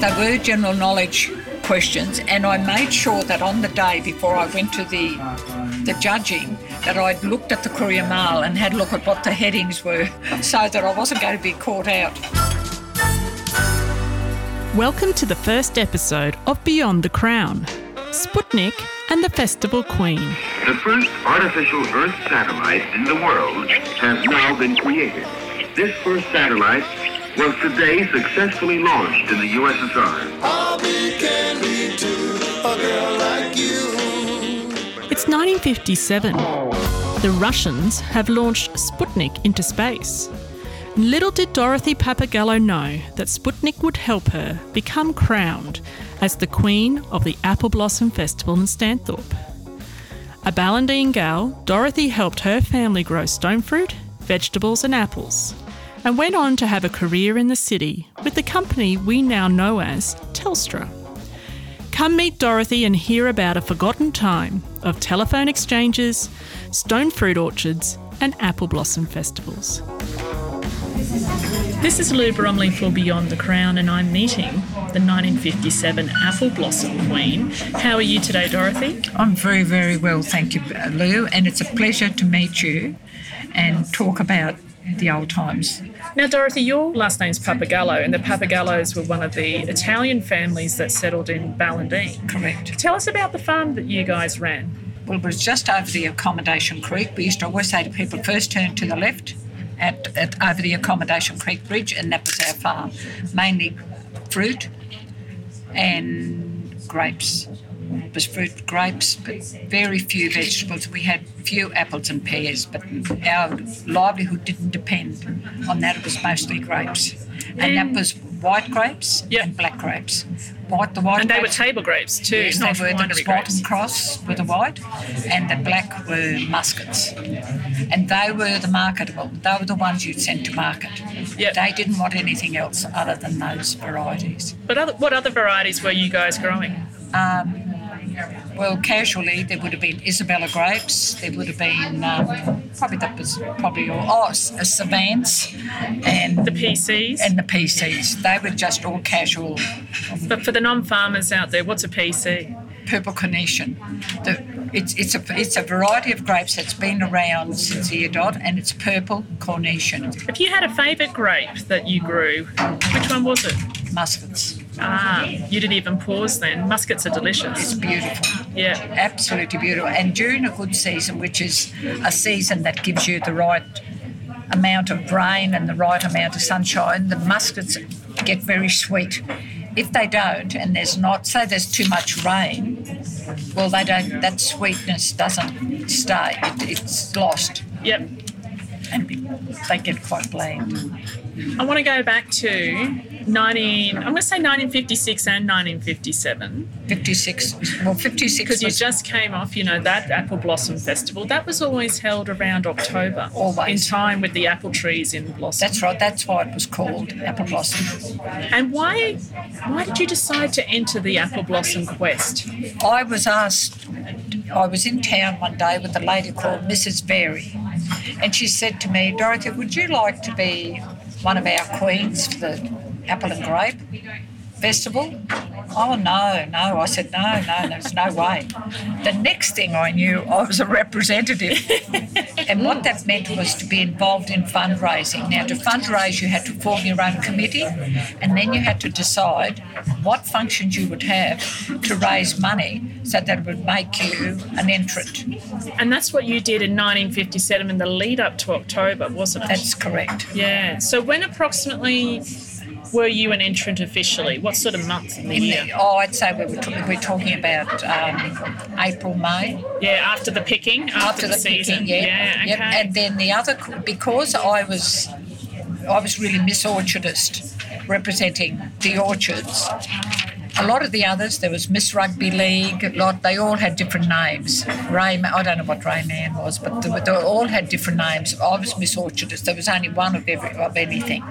They were general knowledge questions, and I made sure that on the day before I went to the the judging, that I'd looked at the Courier Mail and had a look at what the headings were, so that I wasn't going to be caught out. Welcome to the first episode of Beyond the Crown Sputnik and the Festival Queen. The first artificial Earth satellite in the world has now been created. This first satellite was today successfully launched in the USSR. It's 1957. The Russians have launched Sputnik into space. Little did Dorothy Papagallo know that Sputnik would help her become crowned as the Queen of the Apple Blossom Festival in Stanthorpe. A Ballandine gal, Dorothy helped her family grow stone fruit, vegetables, and apples, and went on to have a career in the city with the company we now know as Telstra. Come meet Dorothy and hear about a forgotten time of telephone exchanges, stone fruit orchards, and apple blossom festivals. This is Lou Bromley for Beyond the Crown, and I'm meeting the 1957 Apple Blossom Queen. How are you today, Dorothy? I'm very, very well, thank you, uh, Lou, and it's a pleasure to meet you and talk about the old times. Now, Dorothy, your last name's Papagallo, and the Papagallos were one of the Italian families that settled in Ballandine. Correct. Tell us about the farm that you guys ran. Well, it was just over the accommodation creek. We used to always say to people, first turn to the left at, at over the accommodation creek bridge, and that was our farm. Mainly fruit and grapes. It was fruit, grapes, but very few vegetables. We had few apples and pears, but our livelihood didn't depend on that. It was mostly grapes, and that was white grapes Mm. Yeah. and black grapes. White, the white And they were grapes- table grapes too, Yes, they not were. There was winery white grapes. and cross with the white, and the black were muskets. And they were the marketable. They were the ones you'd send to market. Yep. They didn't want anything else other than those varieties. But other, what other varieties were you guys growing? Well, casually there would have been Isabella grapes. There would have been um, probably that was probably all. Oh, S- uh, Savants and The PCs. and the PCs. They were just all casual but for the non-farmers out there, what's a PC? purple carnation. The, it's, it's, a, it's a variety of grapes that's been around since Eodot and it's purple carnation If you had a favourite grape that you grew, which one was it? muskets. Ah, you didn't even pause then. Muskets are delicious. Beautiful, Yeah. absolutely beautiful. And during a good season, which is a season that gives you the right amount of rain and the right amount of sunshine, the muskets get very sweet. If they don't, and there's not, say there's too much rain, well, they don't. That sweetness doesn't stay; it, it's lost. Yep. and be- they get quite bland. I want to go back to 19, I'm going to say 1956 and 1957 56, well, 56 because you was just came off, you know, that Apple Blossom Festival. That was always held around October. Always. In time with the apple trees in blossom. that's right, that's why it was called Apple Blossom. And why why did you decide to enter the apple blossom quest? I was asked, I was in town one day with a lady called Mrs. Berry, and she said to me, Dorothy, would you like to be one of our queens for the apple and grape festival? Oh, no, no. I said, no, no, there's no way. The next thing I knew, I was a representative. and what that meant was to be involved in fundraising. Now, to fundraise, you had to form your own committee, and then you had to decide what functions you would have to raise money so that it would make you an entrant. And that's what you did in 1957 in the lead up to October, wasn't it? That's correct. yeah. So when approximately were you an entrant officially? What sort of month in the In year? the, oh, I'd say we were, t- we're talking about um, April, May. Yeah, after the picking, after, after the season. picking, yeah. okay. Yep, And then the other, because I was, I was really Miss Orchardist, representing the orchards. A lot of the others, there was Miss Rugby League. A lot, they all had different names. Rayman, I don't know what Rayman was, but they, were- they all had different names. I was Miss Orchardist. There was only one of every of anything.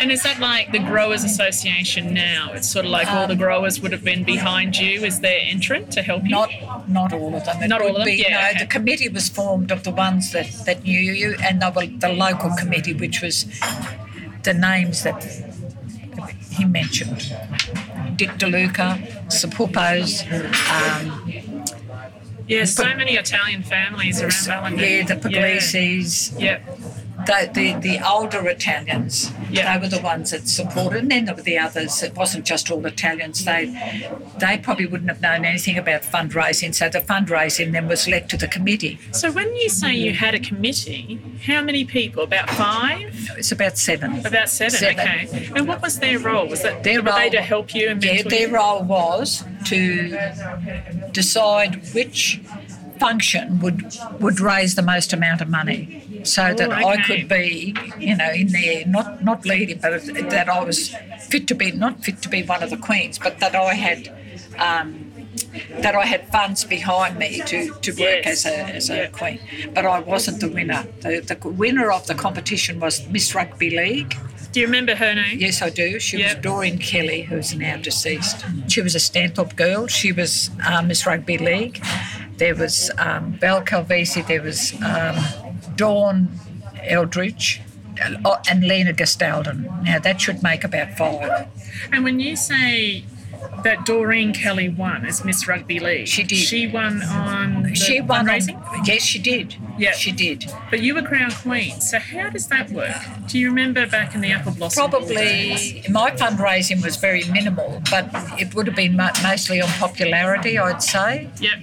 And is that like the Growers Association now? It's sort of like Um, all the growers would have been behind you as their entrant to help you? Not not all of them. It Not all would of them? Be, Yeah, no, okay. the committee was formed of the ones that, that knew you, and they were the local committee, which was the names that he mentioned. Dick DeLuca, Sapupos, um, Yeah, so many Italian families around Ballindoo. yeah, the Puglise's, Yeah. the, the, the older Italians, Yeah. they were the ones that supported. And then there were the others. It wasn't just all Italians. They they probably wouldn't have known anything about fundraising. So the fundraising then was left to the committee. So when you say you had a committee, how many people? About five? It's about seven. About seven, Seven. okay. And what was their role? Was that Their were they role- to help you and Yeah, mentor their you? role was to decide which function would would raise the most amount of money, so that I Oh, okay. could be, you know, in there, not not leading, but that I was fit to be, not fit to be one of the queens, but that I had. Um, that I had funds behind me to, to work Yes. as a, as a Yeah. queen, but I wasn't the winner. The, the winner of the competition was Miss Rugby League, Do you remember her name? Yes, I do. She Yep. was Doreen Kelly, who's now deceased. She was a Stanthorpe girl. She was uh, Miss Rugby League. There was um, Belle Calvisi. There was um, Dawn Eldridge uh, and Lena Gestalden. Now, that should make about five. And when you say that Doreen Kelly won as Miss Rugby League, She did. She won on the she won on, fundraising, Yes, she did. Yeah. She did. but you were crown queen. So how does that work? Do you remember back in the apple blossom? days? Probably my fundraising was very minimal, but it would have been mo- mostly on popularity, I'd say. Yep.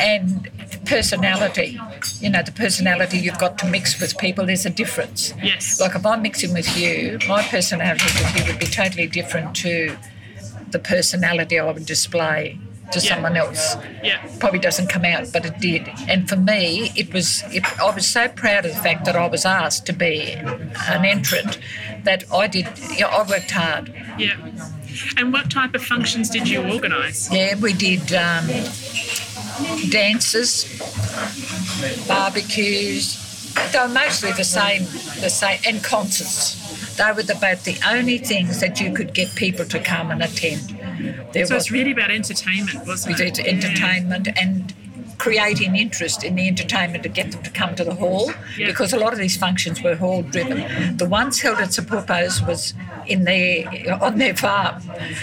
and personality. You know, the personality you've got to mix with people, there's a difference. Yes. Like if I'm mixing with you, my personality with you would be totally different to the personality I would display to Yeah. someone else. Yeah. Probably doesn't come out, but it did. And for me, it was. It, I was so proud of the fact that I was asked to be an entrant. That I did. You know, I worked hard. Yeah. And what type of functions did you organise? Yeah, we did um, dances, barbecues. They were mostly the same, the same, and concerts. They were the- about the only things that you could get people to come and attend. There So it's was really about entertainment, wasn't we it? did entertainment and creating interest in the entertainment to get them to come to the hall Yeah. because a lot of these functions were hall driven. The ones held at Sapupos was in their on their farm,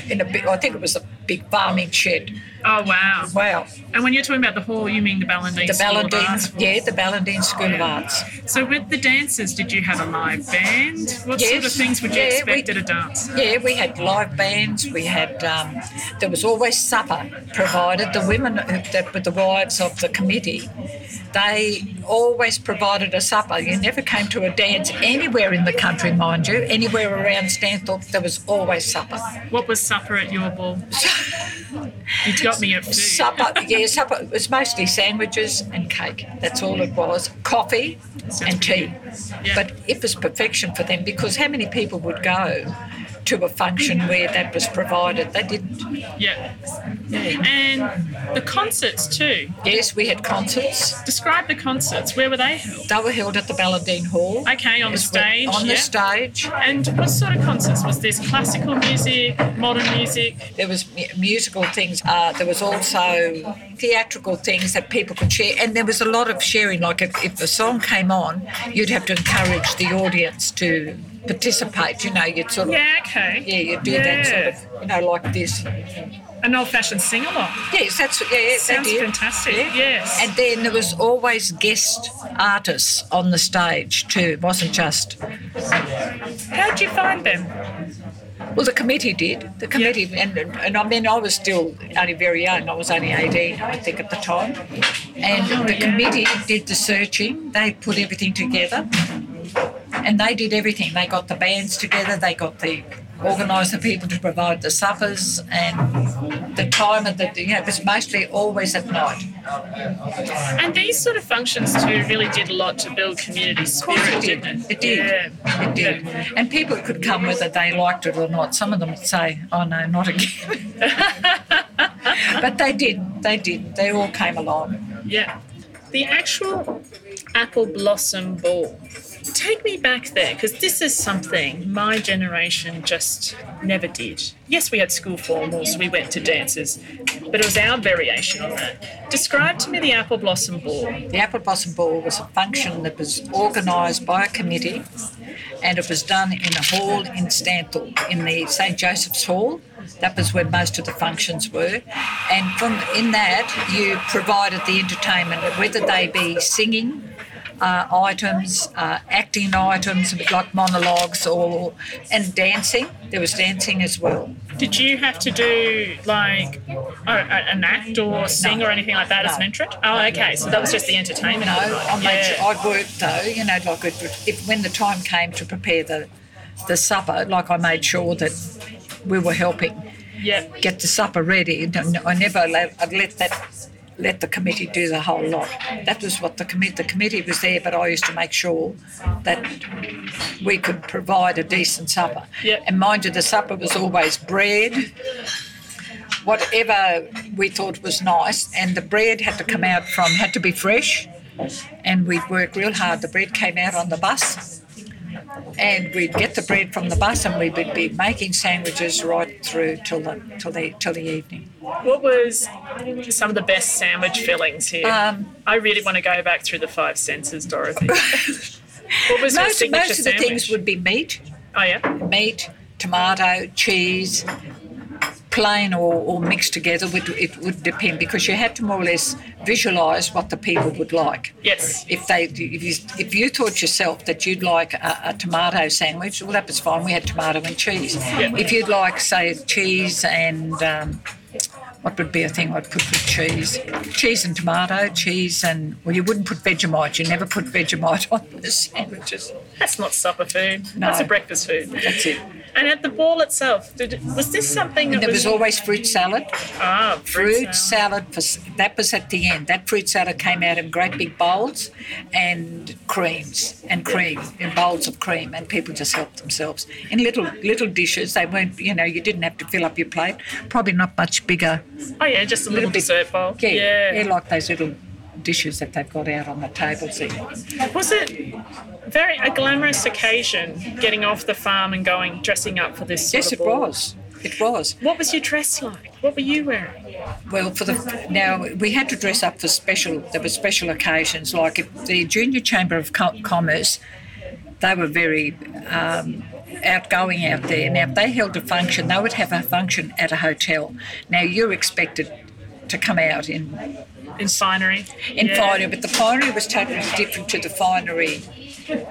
in a big, I think it was a big farming shed. Yeah. Oh wow. Wow. And when you're talking about the hall, you mean the Ballandine The School of Arts? Ballandine, yeah, the Ballandine School of Arts. So with the dancers, did you have a live band? What sort of Yes. things would you Yeah, we- expect at a dance? Yeah, we had live bands. We had um, there was always supper provided. The women that were the wives of the committee, they always provided a supper. You never came to a dance anywhere in the country, mind you, anywhere around Stanthorpe. There was always supper. What was supper at your ball? you got me at food. Supper, yeah, supper. It was mostly sandwiches and cake. That's all it was. Coffee and tea. Yeah. But it was perfection for them because how many people would go to a function where that was provided? They didn't. Yeah. And the concerts too. Yes, we had concerts. Describe the concerts. Where were they held? They were held at the Ballandine Hall. Okay, on the Yes, we- stage. On yeah. the stage. And what sort of concerts was this? Classical music, modern music? There was mu- musical things. Uh, there was also theatrical things that people could share, and there was a lot of sharing. Like if, if a song came on, you'd have to encourage the audience to participate. You know, you'd sort of Yeah, okay. yeah, you'd do that sort of you know like this. of. An old fashioned sing along. Yes, that's yeah, yeah Sounds that is. fantastic. Yes. And then there was always guest artists on the stage too. It wasn't just How'd you find them? well, the committee did. The committee, and and I mean, I was still only very young. I was only eighteen, I think, at the time. And the committee did the searching. They put everything together, and they did everything. They got the bands together. They got the organised the people to provide the suppers and the time of the you know it was mostly always at night. And these sort of functions too really did a lot to build community spirit, course it did. didn't it? It did. Yeah. It did. And people could come whether they liked it or not. Some of them would say, oh no, not again. but they did. They did. They all came along. Yeah. The actual apple blossom ball. Take me back there because this is something my generation just never did. Yes, we had school formals, we went to dances, but it was our variation on that. Describe to me the apple blossom ball. The Apple Blossom Ball was a function that was organised by a committee and it was done in a hall in Stanthorpe, in the St Joseph's Hall. That was where most of the functions were, and from in that you provided the entertainment, whether they be singing. Uh, items, uh, acting items like monologues, or and dancing. There was dancing as well. Did you have to do like oh, an act or sing or anything like that as an entrant? Oh, okay. So that was just the entertainment. No, oh. of the night. I made sure I worked though, you know, like it, if when the time came to prepare the the supper, like I made sure that we were helping yeah. yeah. get the supper ready. And I never let, I'd let that let the committee do the whole lot. That was what the committee the committee was there, but I used to make sure that we could provide a decent supper. Yep. And mind you, the supper was always bread. Whatever we thought was nice, and the bread had to come out from had to be fresh, and we'd work real hard. The bread came out on the bus, and we'd get the bread from the bus, and we'd be making sandwiches right through till the till the till the evening. What was some of the best sandwich fillings here? Um, I really want to go back through the five senses, Dorothy. what was your Most, signature most of the sandwich? things would be meat. Oh yeah. meat, tomato, cheese, plain or, or mixed together. Would, it would depend because you had to more or less visualise what the people would like. Yes. If they, if you, if you thought yourself that you'd like a, a tomato sandwich, well, that was fine. We had tomato and cheese. If you'd like, say, cheese and um, what would be a thing I'd put with cheese? Cheese and tomato, cheese and well, you wouldn't put Vegemite. You never put Vegemite on the sandwiches. That's not supper food. No. That's a breakfast food. That's it. And at the ball itself, did, was this something that There was always fruit salad. ah, fruit salad was- that was at the end that fruit salad came out in great big bowls and creams and cream in bowls of cream and people just helped themselves in little little dishes they weren't you know you didn't have to fill up your plate probably not much bigger Oh yeah, just a little, bit- dessert bowl. yeah, yeah, like those little dishes that they've got out on the tables there Was it very a glamorous occasion getting off the farm and going dressing up for this? Sort yes of it ball? was it was What was your dress like? What were you wearing? Well, for the now we had to dress up for special. There were special occasions, like if the Junior Chamber of Co- Commerce. They were very um, outgoing out there. Now, if they held a function, they would have a function at a hotel. Now, you're expected to come out in In finery. in Yeah. finery, but the finery was totally different to the finery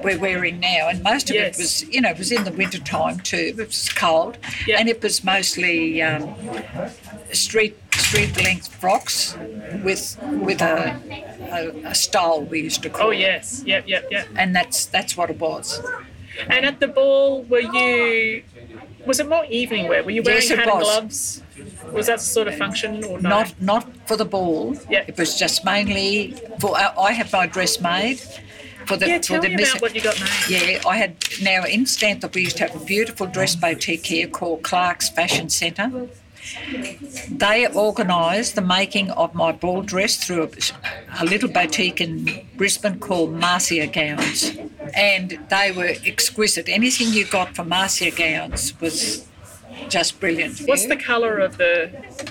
we're wearing now. And most of Yes. it was, you know, it was in the winter time too. It was cold, Yeah. and it was mostly um, street street length frocks with with a, a, a style we used to call. Oh it. yes, yep, yep, yep. And that's that's what it was. And at the ball, were you? Was it more evening wear? Were you wearing Yes, it hat and was. gloves? Was that sort of function or no? Not not for the ball. Yeah. It was just mainly for. I I had my dress made for the yeah, for tell the me mis- about what you got now. Yeah, I had now in Stanthorpe we used to have a beautiful dress boutique here called Clark's Fashion Centre. They organised the making of my ball dress through a, a little boutique in Brisbane called Marcia Gowns, and they were exquisite. Anything you got from Marcia Gowns was just brilliant. What's the colour of the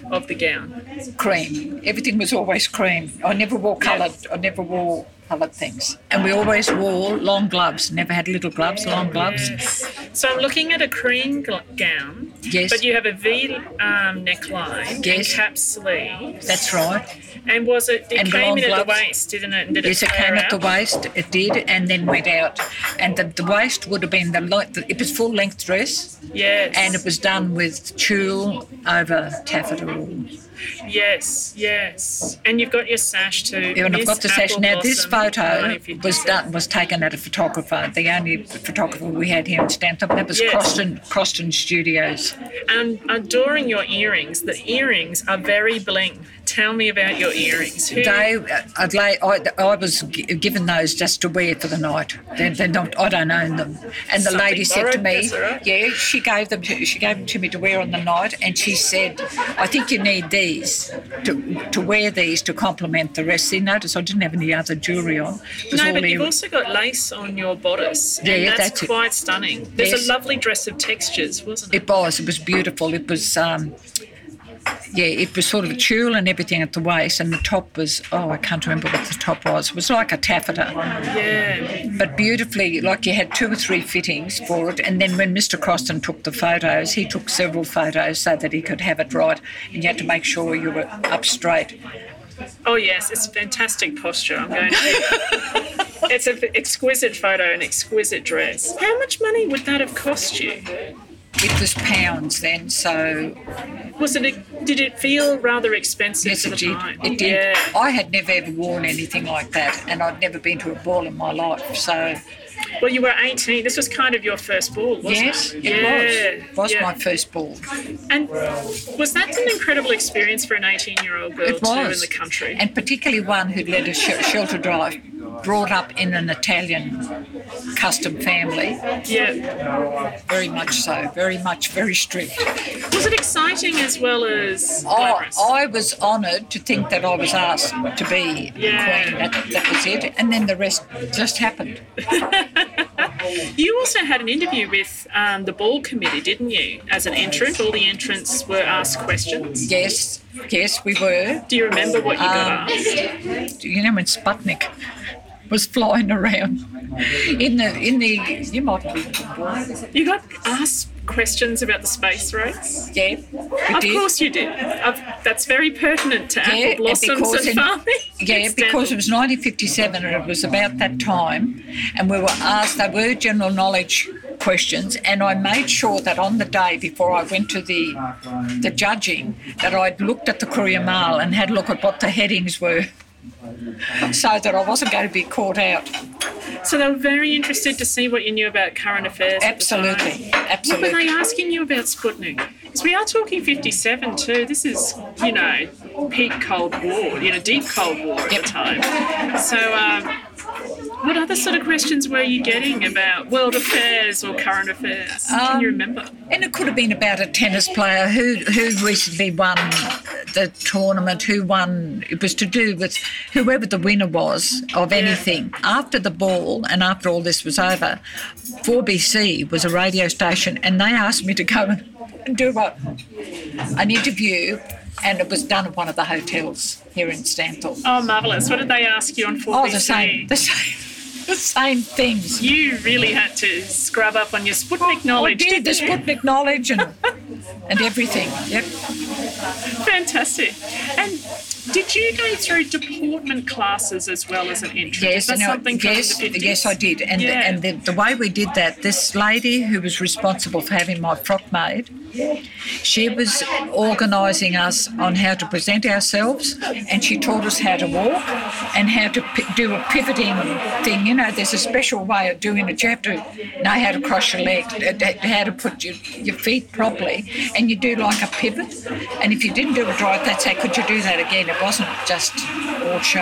of the gown? cream. Everything was always cream. I never wore coloured. I never wore coloured things, and we always wore long gloves. Never had little gloves. Long gloves. So I'm looking at a cream gl- gown. Yes. But you have a V um, neckline and Yes. cap sleeves. That's right. And was it? It And came long in at the gloves. waist, didn't it? And Did Yes, it flare came at the out? waist. It did, and then went out. And the, the waist would have been the, li- the it was full length dress, Yes. and it was done with tulle over taffeta wool. Yes, yes. And you've got your sash too. And I've Miss got the sash. Apple Now this Blossom, photo 1957. was done was taken at a photographer, the only photographer we had here in Stanton. That was Yes. Croston Croston Studios. And I'm adoring your earrings. The earrings are very bling. Tell me about your earrings. Who, They, uh, I'd lay, I, I was gi- given those just to wear for the night. They're, they're not, I don't own them. And the Something lady said to borrowed, me, that's all right. "Yeah, she gave them to, she gave them to me to wear on the night." And she said, "I think you need these to to wear these to complement the rest." See, notice I didn't have any other jewellery on. It was no, all but you've ear- also got lace on your bodice. Yeah, and yeah, that's, that's it. quite stunning. There's Yes. a lovely dress of textures, wasn't it? It was. It was beautiful. It was um, yeah, it was sort of a tulle and everything at the waist, and the top was oh, I can't remember what the top was. It was like a taffeta, Yeah. but beautifully, like you had two or three fittings for it. And then when Mr. Croston took the photos, he took several photos so that he could have it right, and you had to make sure you were up straight. Oh yes, it's fantastic posture. I'm going. to It's an exquisite photo, an exquisite dress. How much money would that have cost you? It was pounds then, so Was it? did it feel rather expensive yes, at the it did. time? It did. Yeah. I had never ever worn anything like that, and I'd never been to a ball in my life, so. Well, you were 18. This was kind of your first ball, wasn't Yes, it? it yeah. was. It was yeah. my first ball. And was that an incredible experience for an 18-year-old girl It too in was. the country? And particularly one who led a sh- shelter drive, brought up in an Italian custom family. yeah. Very much so, very much, very strict. Was it exciting as well as Oh, glamorous? I was honoured to think that I was asked to be Yeah. the queen. That, that was it. And then the rest just happened. You also had an interview with um, the ball committee, didn't you? As an entrant, all the entrants were asked questions. Yes, yes, we were. Do you remember what you Um, got asked? you know when Sputnik was flying around in the in the you might be You got asked questions about the space race. yeah we Of did. course you did. I've, that's very pertinent to Yeah, apple blossoms because and in- farming. Yeah, It's because it down- was 1957 and it was about that time, and we were asked, they were general knowledge questions, and I made sure that on the day before I went to the the judging, that I'd looked at the Courier Mail and had a look at what the headings were, so that I wasn't going to be caught out. so they were very interested to see what you knew about current affairs. at the time. Absolutely, What absolutely. were they asking you about Sputnik? Because we are talking 57 too. This is, you know, peak Cold War, you know, deep Cold War at Yep. the time. So, um, what other sort of questions were you getting about world affairs or current affairs? Can you remember? And it could have been about a tennis player who who recently won the tournament, who won. It was to do with whoever the winner was of anything. After the ball and after all this was over, 4BC was a radio station, and they asked me to go and do a, an interview, and it was done at one of the hotels here in Stanthorpe. Oh, marvellous. What did they ask you on 4 Oh, the same, the same, the same things. You really had to scrub up on your Sputnik I knowledge. did the didn't you? Sputnik knowledge and and everything. Yep. Fantastic. And did you go through deportment classes as well as an entry? Yes, That's no, something from yes, the 50s? yes, I did. And Yeah. and the, the way we did that, this lady who was responsible for having my frock made, she was organising us on how to present ourselves, and she taught us how to walk and how to p- do a pivoting thing. You know, there's a special way of doing it. You have to know how to cross your leg, uh, d- how to put your, your feet properly, and you do like a pivot. And if you didn't do it right, they'd say, "Could you do that again?" It wasn't just all show.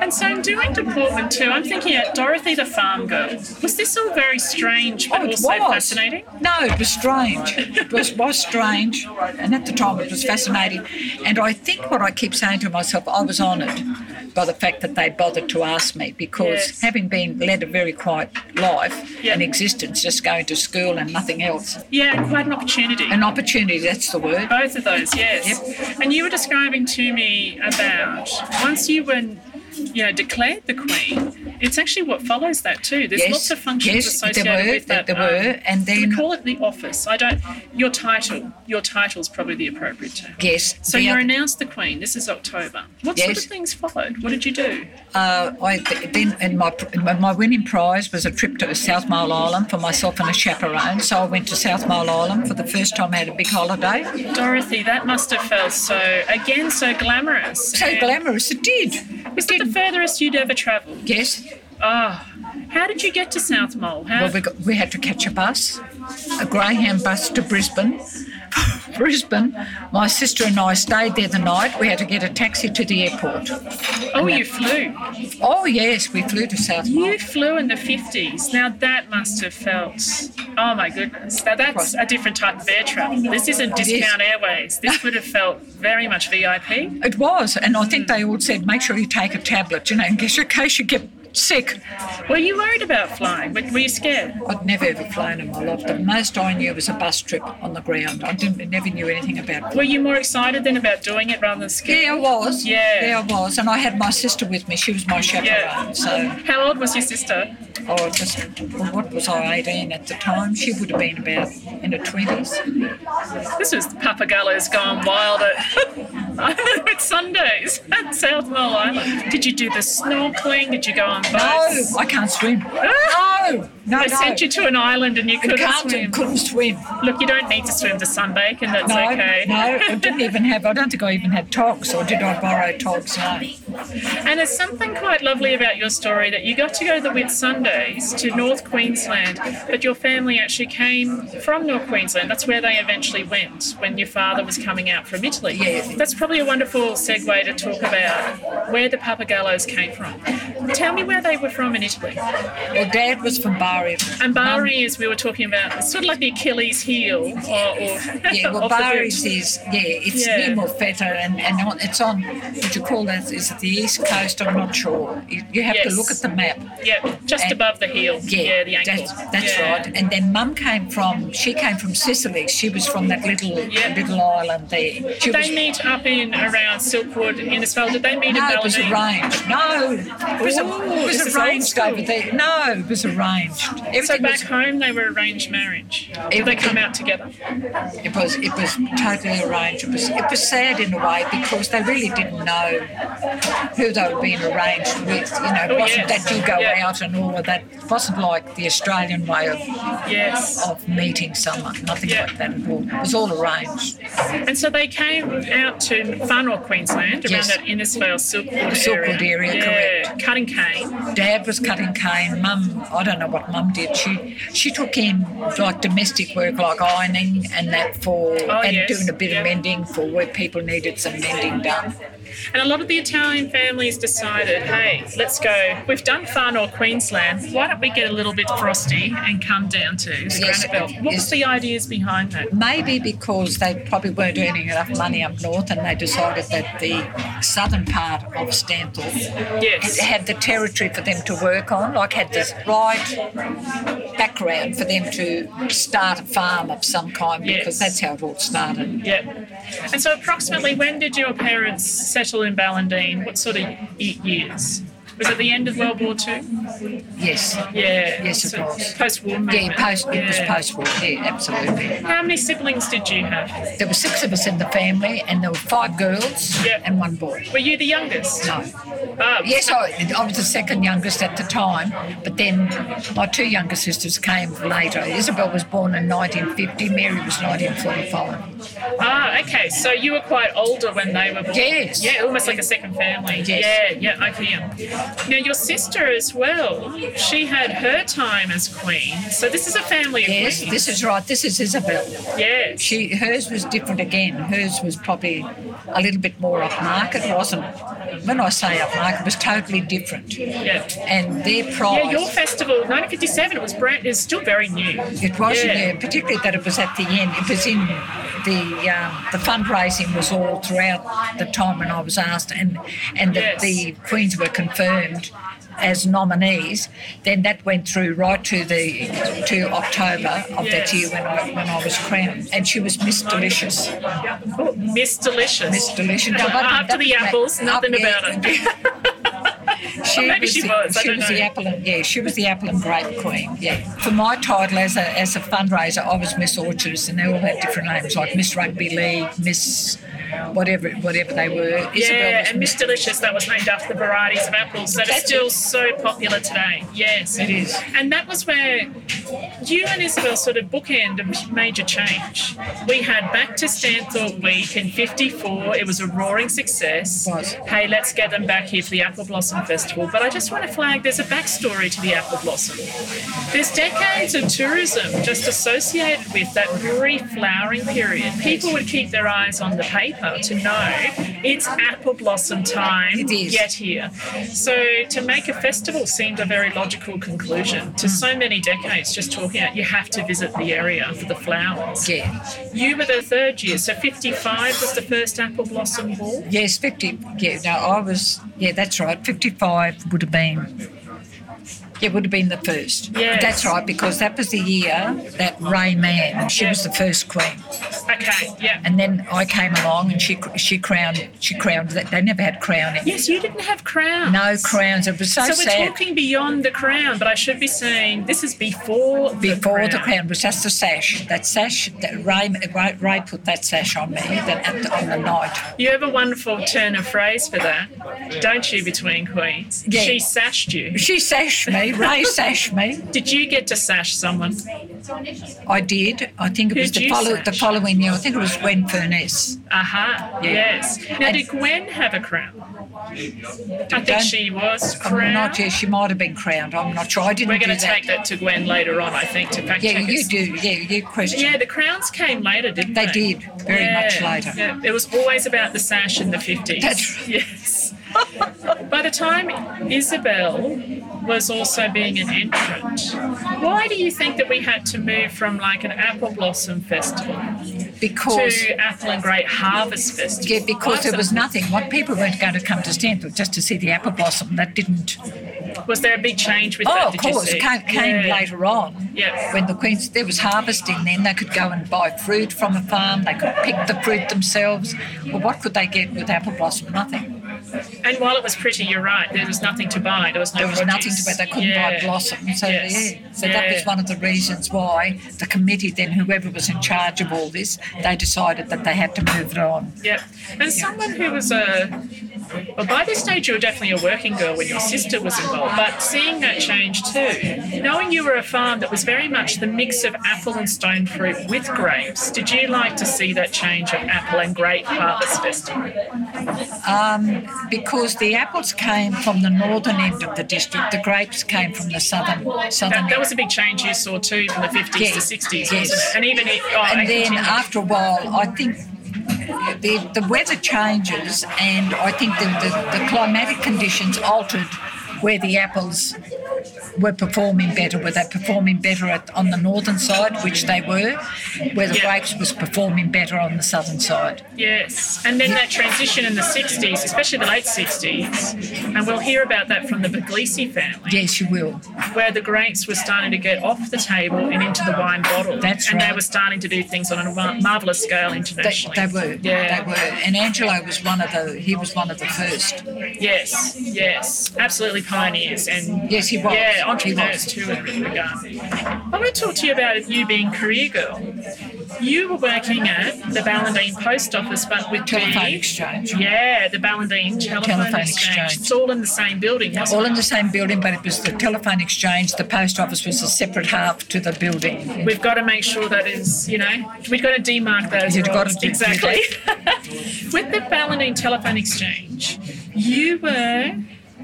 And so in doing deportment too, I'm thinking at Dorothy the Farm Girl. Was this all very strange but Oh, it also was fascinating? No, it was strange. It was, was strange, and at the time it was fascinating. And I think what I keep saying to myself, I was honoured by the fact that they bothered to ask me because Yes. having been led a very quiet life Yeah. and existence, just going to school and nothing else, Yeah, quite an opportunity. an opportunity—that's the word. Both of those, yes. And you were describing to me about once you were, you know, declared the queen. It's actually what follows that too. There's Yes, lots of functions yes, associated there were, with that. um, there were, and do we then- call it the office. I don't. Your title. Your title's probably the appropriate term. Yes. So the you're other- announced the queen. This is October. What sort of Yes. things followed? What did you do? Uh, I th- then and my pr- my my winning prize was a trip to South Mole Island for myself and a chaperone. So I went to South Mole Island for the first time. I had a big holiday. Dorothy, that must have felt so again so glamorous. So And glamorous it did. Was that the furthest you'd ever travelled? Yes. Oh, how did you get to South Mole? How, Well, we got, we had to catch a bus, a Greyhound bus to Brisbane. Brisbane. My sister and I stayed there the night. We had to get a taxi to the airport. oh, you flew. Oh yes, we flew to South Mole. You flew in the 50s. Now that must have felt, oh my goodness. Now that's a different type of air travel. This isn't is. discount airways. This would have felt very much VIP. It was, and I think they all said, make sure you take a tablet, you know, in case, in case you get sick. Were you worried about flying? Were, were you scared? I'd never ever flown in my life. The most I knew was a bus trip on the ground. I didn't never knew anything about Were you more excited then about doing it rather than scared? Yeah, I was. Yeah. I was. And I had my sister with me. She was my chaperone. Yeah. So, How old was your sister? oh, I just, well, what was I, 18 at the time? She would have been about in her 20s. This was Papagallo's gone wild at, at Sundays at South Mole Island. Did you do the snorkeling? Did you go on No, boats? I can't swim. No, no, Ah! They no. sent you to an island and you couldn't can't swim. couldn't swim. Look, you don't need to swim to sunbake, and that's No, okay. no, I didn't even have. I don't think I even had togs, or did I borrow togs? No. And there's something quite lovely about your story that you got to go to the Whitsundays to North Queensland, but your family actually came from North Queensland. That's where they eventually went when your father was coming out from Italy. Yeah. That's probably a wonderful segue to talk about where the Papagallos came from. Tell me where they were from in Italy. Well, Dad was from Bari. And Um, Bari, as we were talking about, it's sort of like the Achilles heel. Or, or Yeah, well, of the Bari's boot. is yeah, it's Yeah. near Molfetta, and and on, it's on. Would you call that? Is it the east coast? I'm not sure. You, you have to Yes. look at the map. Yeah, just and- above the heel. Yeah, the ankle. that's, that's Yeah. right. And then Mum came from. She came from Sicily. She was from that little Yeah. little island there. She Did was, they meet up in around Silkwood in Isfeld? Did they meet no, in it was Bellarmine? arranged. No, it was, Ooh, it was this is arranged old school. over there. No, it was arranged. Everything So back was home they were arranged marriage. Did they Everything- come out together? It was it was totally arranged. It was it was sad in a way because they really didn't know who they were being arranged with. You know, it Oh, wasn't yes. that you go Yeah. out and all of that. It wasn't like the Australian way of, Yes. of meeting someone. Nothing Yeah. like that at all. It was all arranged. And so they came out to far north Queensland, around Yes. that Innisfail Silkwood, Silkwood area, yeah, correct. Cutting cane. Dad was cutting cane. Mum, I don't know what Mum did. She she took in like domestic work, like ironing and that for Oh, and yes. doing a bit Yeah. of mending for where people needed some mending done. And a lot of the Italian families decided, hey, let's go. We've done far north Queensland. Why don't we get a little bit frosty and come down to Granite Belt? What yes. was the ideas behind that? Maybe because they probably weren't earning enough money up north and they decided that the southern part of Stanthorpe Yes. had the territory for them to work on, like had this right background for them to start a farm of some kind Yes. because that's how it all started. Yeah. And so, approximately when did your parents settle in Ballandine? What sort of y- years? Was it the end of World War Two? Yes. Yeah. Yes, of course. Post war movement. Yeah, post, it was Yeah. post war, yeah, absolutely. How many siblings did you have? There were six of us in the family, and there were five girls Yeah. and one boy. Were you the youngest? No. Ah, Yes, I, I was the second youngest at the time, but then my two younger sisters came later. Isabel was born in 1950, Mary was 1945. Ah, okay. So you were quite older when they were born. Yes. Yeah, almost like a second family. Yes. Yeah, yeah, okay. Yeah. Now your sister as well. She had her time as queen. So this is a family of Yes, queens. this is right. This is Isabel. Yes. She hers was different again. Hers was probably a little bit more upmarket. wasn't when I say upmarket, it was totally different. yeah. And their prize. Yeah, your festival, 1957, it was brand, it's still very new. It was, Yeah. yeah. particularly that it was at the end. It was in the um, the fundraising was all throughout the time when I was asked, and and the, Yes. the Queens were confirmed as nominees. Then that went through right to the to October of Yes. that year when I when I was crowned, and she was Miss Delicious. Oh, Miss Delicious. Miss Delicious. No, that- After that the was ma- apples, nothing up- yeah. about it. She Maybe she the, was, I She don't was know. the apple and yeah, she was the apple and grape queen. Yeah. For my title as a as a fundraiser, I was Miss Orchards, and they all had different names like Miss Rugby League, Miss whatever whatever they were. yeah, and Miss Delicious, that was named after the varieties of apples that are That's still it. so popular today. Yes. It is. And that was where you and Isabel sort of bookend a major change. We had Back to Stanthorpe Week in 54. It was a roaring success. It was. Hey, let's get them back here for the Apple Blossom Festival. But I just want to flag there's a backstory to the Apple Blossom. There's decades of tourism just associated with that brief flowering period. People would keep their eyes on the paper to know it's apple blossom time. It is. Get here. So to make a festival seemed a very logical conclusion to so many decades just talking about you have to visit the area for the flowers. Yeah. You were the third year, so 55 was the first apple blossom ball. Yes, fifty. Yeah, no, I was. Yeah, that's right. Fifty-five would have been It would have been the first. Yes. That's right, because that was the year that Ray Mann, she was the first queen. Okay, yeah. And then I came along and she she crowned she crowned that they never had crowning. yes, you didn't have crowns. No crowns. It was so, So we're sad. talking beyond the crown, but I should be saying this is before the before crown. the crown was just a sash. That sash, that Ray, Ray, Ray put that sash on me that at the, on the night. You have a wonderful turn of phrase for that, don't you, between queens? Yeah. She sashed you. She sashed me. Ray sashed me. Did you get to sash someone? I did. I think it Who'd was the, you follow, sash? the following year. I think it was Gwen Furness. Aha, Yeah. Uh-huh, yes. Now, And- did Gwen have a crown? I think Don't- she was I'm crowned. not sure. She might have been crowned. I'm not sure. I didn't We're do going to that. take that to Gwen later on, I think, to fact yeah, check you us. do. Yeah, you question. Yeah, the crowns came later, didn't They they? did, very much later. Yeah. It was always about the sash in the 50s. That's right. Yes. By the time Isabel was also being an entrant, why do you think that we had to move from like an apple blossom festival Because to Apple and Great Harvest Festival? Yeah, because there was nothing. What people weren't going to come to Stanford just to see the apple blossom. That didn't. Was there a big change with that? Oh, of did you course, see? came, came Yeah. later on. Yeah. When the queens there was harvesting, then they could go and buy fruit from a farm. They could pick the fruit themselves. Well, what could they get with apple blossom? Nothing. And while it was pretty, you're right, there was nothing to buy. There was no There was nothing to produce. buy. They couldn't Yeah. buy blossom. So Yes. yeah. So that was Yeah. one of the reasons why the committee, then whoever was in charge of all this, they decided that they had to move it on. Yep. And someone who was a well, by this stage you were definitely a working girl when your sister was involved, but seeing that change too, knowing you were a farm that was very much the mix of apple and stone fruit with grapes, did you like to see that change of apple and grape harvest festival? Um, because the apples came from the northern end of the district, the grapes came from the southern southern That, that end. was a big change you saw too from the 50s Yeah. to 60s, Yes. wasn't it? And even it, oh, And it then uh, continued. after a while, I think the, the weather changes, and I think the, the, the climatic conditions altered where the apples were performing better. Were they performing better at, on the northern side, which they were, where the Yeah. grapes was performing better on the southern side? Yes, and then that transition in the 60s, especially the late 60s, and we'll hear about that from the Puglisi family. Yes, you will. where the grapes were starting to get off the table and into the wine bottle. That's and they right. were starting to do things on a marvelous scale They, internationally. they were. Yeah. They were. And Angelo was one of the. He was one of the first. Yes. Yes. Absolutely pioneers and Yes, he was. yeah He entrepreneurs was. too in really regard. I want to talk to you about you being career girl. You were working at the Ballandine Post Office, but with Telephone the- exchange. Yeah, the Ballandine Telephone, Telephone exchange. exchange. It's all in the same building, wasn't All it? in the same building, but it was the telephone exchange. The post office was a separate half to the building. We've got to make sure that is, you know, we've got to demark that as You've well. got to do- exactly. With the Ballandine Telephone Exchange, you were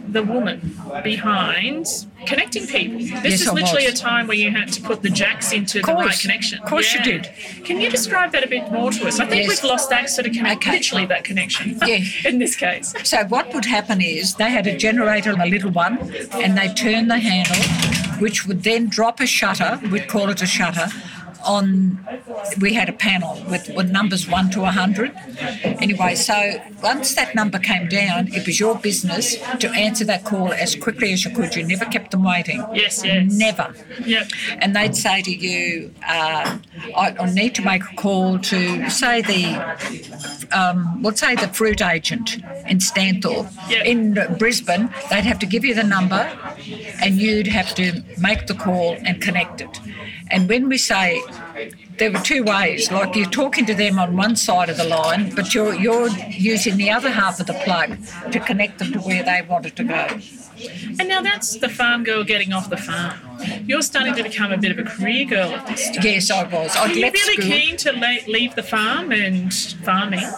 the woman behind connecting people. Yes, This is I literally was. a time where you had to put the jacks into the right Course. connection. Course you did. Can you describe that a bit more to us? I think Yes. we've lost that sort of connection, Okay. literally that connection. Yeah. in this case. So what would happen is they had a generator and a little one, and they turned the handle, which would then drop a shutter. We'd call it a shutter. On we had a panel with, with numbers one to a hundred. Anyway, so once that number came down, it was your business to answer that call as quickly as you could. You never kept them waiting. Yes, yes. Never. Yep. and they'd say to you, uh, I, I need to make a call to, say, the, um, let's say, the fruit agent in Stanthorpe. Yeah. In Brisbane, they'd have to give you the number and you'd have to make the call and connect it. And when we say, there were two ways. Like you're talking to them on one side of the line, but you're you're using the other half of the plug to connect them to where they wanted to go. And now that's the farm girl getting off the farm. You're starting to become a bit of a career girl at this stage. Yes, I was. I'd Are you left really school. keen to le- leave the farm and farming?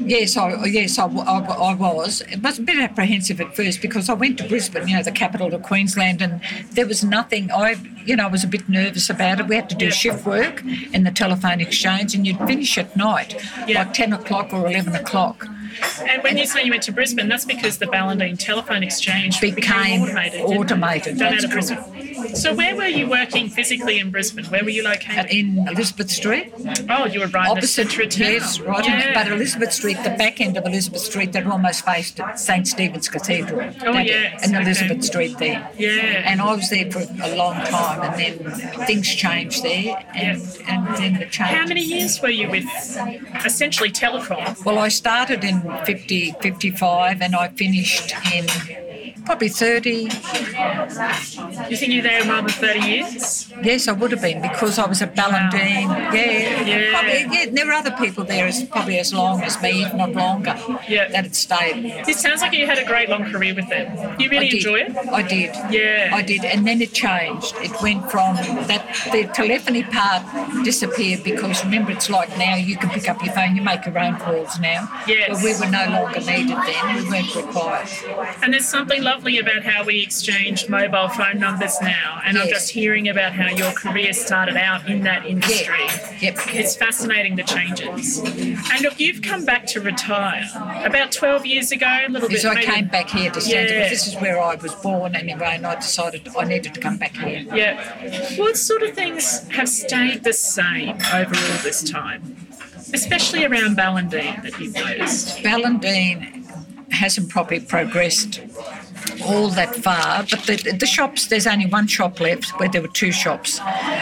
Yes, I yes I, w- I w- I was. It was a bit apprehensive at first because I went to Brisbane, you know, the capital of Queensland, and there was nothing. I you know I was a bit nervous about it. We had to do Yeah. shift work in the telephone exchange, and you'd finish at night, Yeah. like ten o'clock or eleven o'clock. And when you say you went to Brisbane, that's because the Ballandine Telephone Exchange became, Became automated. didn't it? automated, Done out that's of Brisbane. So where were you working physically in Brisbane? Where were you located? And in Elizabeth Street, Oh, you were right opposite, next to Trinity. yes, right. in- Yeah. But Elizabeth Street, the back end of Elizabeth Street, that almost faced St Stephen's Cathedral. Oh, that- yes, And okay. Elizabeth Street there. Yeah. And I was there for a long time, and then things changed there, and, Yes. and then it changed. How many years were you with essentially Telecom? Well, I started in 50, 55, and I finished in probably 30. You think you were there more than 30 years? Yes, I would have been because I was a Ballandine. Yeah, Yeah. Probably, yeah. There were other people there as probably as long as me, if not longer. Yeah. That had stayed. It sounds like you had a great long career with them. You really I did. enjoy it? I did. Yeah. I did, and then it changed. It went from that the telephony part disappeared because remember it's like now you can pick up your phone, you make your own calls now. Yes. But we were no longer needed then. We weren't required. And there's something lovely about how we exchange mobile phone numbers now. And I'm Yes. just hearing about how your career started out in that industry. Yep. It's fascinating the changes. And look, you've come back to retire about 12 years ago, a little Because bit. I maybe- came back here to Santa Yeah. because this is where I was born anyway, and I decided I needed to come back here. Yeah. What sort of things have stayed the same overall this time? Especially around Ballandine that you've noticed. Ballandine hasn't probably progressed all that far, but the, the shops, there's only one shop left where there were two shops.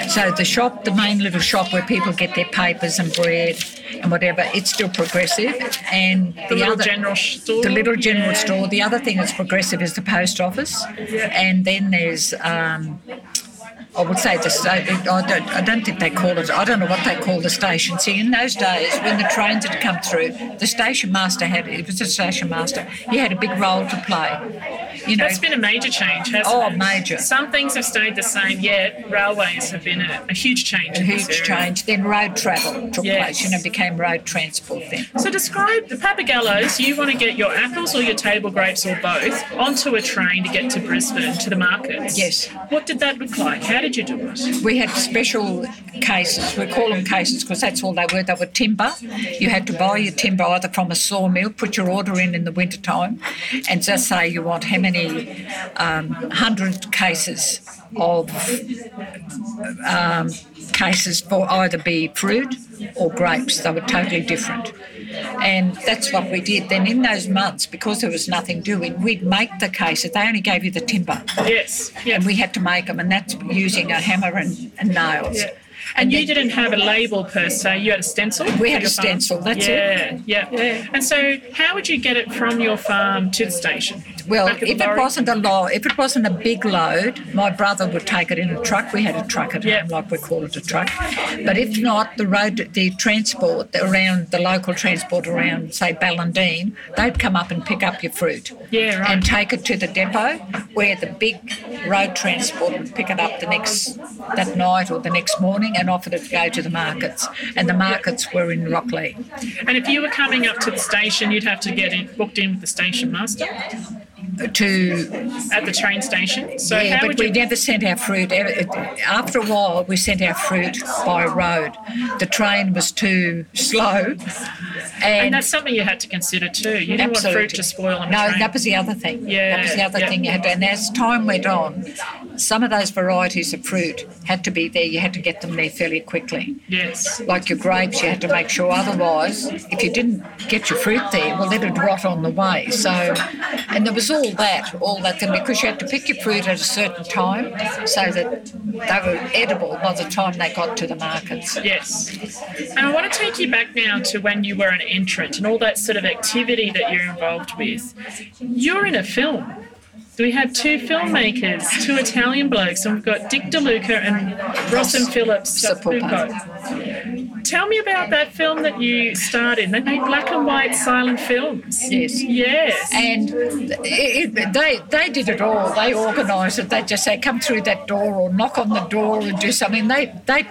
So the shop, the main little shop where people get their papers and bread and whatever, it's still progressive. And the, The, little other, general store. the little general yeah. store. The other thing that's progressive is the post office, and then there's. Um, I would say the sta- I don't, I don't think they call it. I don't know what they call the station. See, in those days when the trains had come through, the station master had it was a station master. He had a big role to play. You know, That's been a major change, hasn't Oh, it? major. Some things have stayed the same, yet railways have been a, a huge change. a in this huge area. change. Then road travel took Yes. place. You know, became road transport then. So describe the papagallos. You want to get your apples or your table grapes or both onto a train to get to Brisbane to the markets. Yes. What did that look like? How did you do it? we had special cases. We call them cases because that's all they were. They were timber. You had to buy your timber either from a sawmill, put your order in in the winter time, and just say you want how many um, hundred cases of um, cases for either be fruit or grapes. They were totally different. And that's what we did. Then in those months, because there was nothing doing, we'd make the cases. They only gave you the timber Yes. Yeah. and we had to make them, and that's using a hammer and, and nails. Yeah. And you then- didn't have a label per se. You had a stencil. We had for a your farm? stencil, that's yeah, it. Yeah. Yeah. And so, how would you get it from your farm to the station? Well, Back of the if it lorry? wasn't a lo- if it wasn't a big load, my brother would take it in a truck. We had a truck at Yeah. home, like we call it a truck. But if not, the road, the transport around the local transport around, say Ballandine, they'd come up and pick up your fruit. Yeah, right. And take it to the depot where the big road transport would pick it up the next that night or the next morning and offer it to go to the markets. And the markets were in Rockley. And if you were coming up to the station, you'd have to get it booked in with the station master to at the train station. So yeah, how but would we you? never sent our fruit. Ever- it- After a while, we sent our fruit by road. The train was too slow, and and, that's something you had to consider too. You didn't absolutely want fruit to spoil on a no, train. that was the other thing. that was the Yeah, other yeah. thing you had to. And as time went on, some of those varieties of fruit had to be there. You had to get them there fairly quickly. yes. Like your grapes, you had to make sure. Otherwise, if you didn't get your fruit there, well, it'd rot on the way. So, and there was all that, all that thing, because you had to pick your fruit at a certain time so that they were edible by the time they got to the markets. Yes. And I want to take you back now to when you were an entrant and all that sort of activity that you're involved with. You're in a film. We have two filmmakers, two Italian blokes, and we've got Dick DeLuca and Ross and Phillips Sepulpa. Sepulpa. Tell me about that film that you starred in. They made black and white silent films. Yes. Yes. And it, it, they they did it all. They organised it. They just say come through that door or knock on the door and do something. They they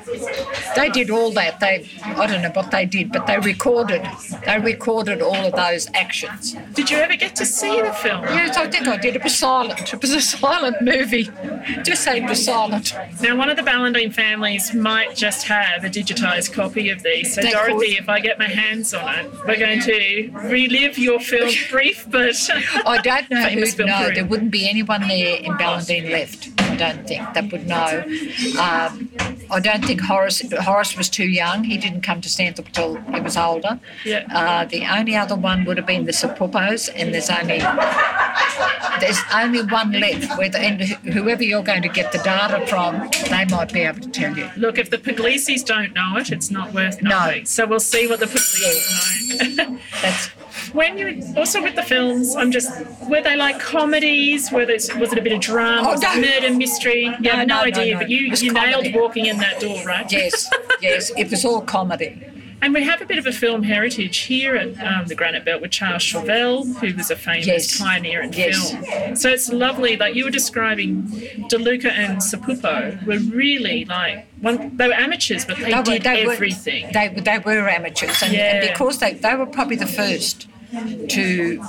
they did all that. They I don't know what they did, but they recorded they recorded all of those actions. Did you ever get to see the film? Yes, I think I did. It was silent. It was a silent movie. Just say it was silent. Now, one of the Ballandine families might just have a digitised copy of these. So, They could. Dorothy, if I get my hands on it, we're going to relive your film brief, but I don't know Famous who. film No, career. there wouldn't be anyone there in Ballandine left. I don't think, that would know. Um, I don't think Horace Horace was too young. He didn't come to Stanthorpe till he was older. Yeah. Uh, the only other one would have been the Sapopos, and there's only there's only one left. Whether and whoever you're going to get the data from, they might be able to tell you. Look, if the Puglisis don't know it, it's not worth No. knowing. So we'll see what the Puglisis know. That's when you also with the films, I'm just were they like comedies? Were they, was it a bit of drama? Oh, was no. it murder mystery? you have no, no, no, idea, no. but you, It was you nailed comedy. walking in that door, right? yes, yes. It was all comedy. And we have a bit of a film heritage here at um, the Granite Belt with Charles Chauvel, who was a famous Yes. pioneer in Yes. film. So it's lovely, like you were describing, DeLuca and Sapupo were really like, one, they were amateurs, but they, They were- did they were- everything. they were- they were amateurs, and, and Yeah. because they they were probably the first to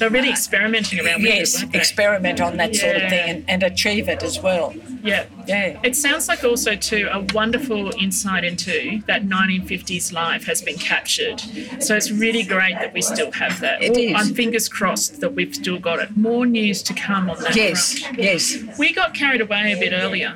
They, are really experimenting around with yes it. weren't they? experiment on that sort of Yeah. thing and, and achieve it as well. Yeah. Yeah. It sounds like also too a wonderful insight into that 1950s life has been captured. So it's really great that we still have that. It is. I'm fingers crossed that we've still got it. More news to come on that. Yes, front. yes. We got carried away a bit earlier.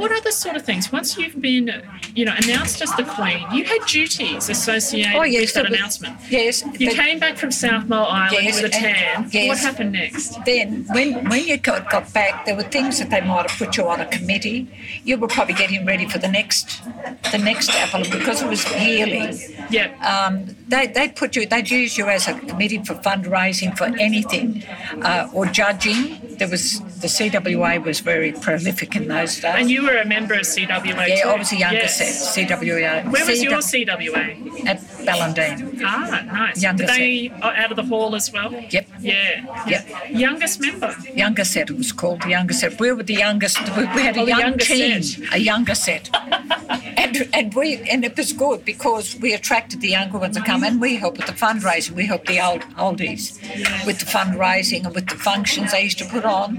What other sort of things? Once you've been, you know, announced as the Queen, you had duties associated Oh yes, with that it was- announcement. Yes, You but came back from South Mole Island Yes, with a and- tan. yes. What happened next? then when when you got, got back, there were things that they might have put you on a committee. You were probably getting ready for the next the next apple because it was yearly. Yeah. um, they, they put you, they'd use you as a committee for fundraising for anything uh, or judging. There was, the CWA was very prolific in those days. and you were a member of CWA yeah, too. I was a younger Yes. set, CWA. Where was CW your CWA? At Ballandine. Ah, nice. Younger Did they are out of the hall as well? Yep. Yeah. Yep. Youngest member. Younger set, it was called the younger set. We were the youngest. We, we had a Oh, the young younger team, set. a younger set, and and we and it was good because we attracted the younger ones to come and we helped with the fundraising. We helped the old oldies with the fundraising and with the functions they used to put on,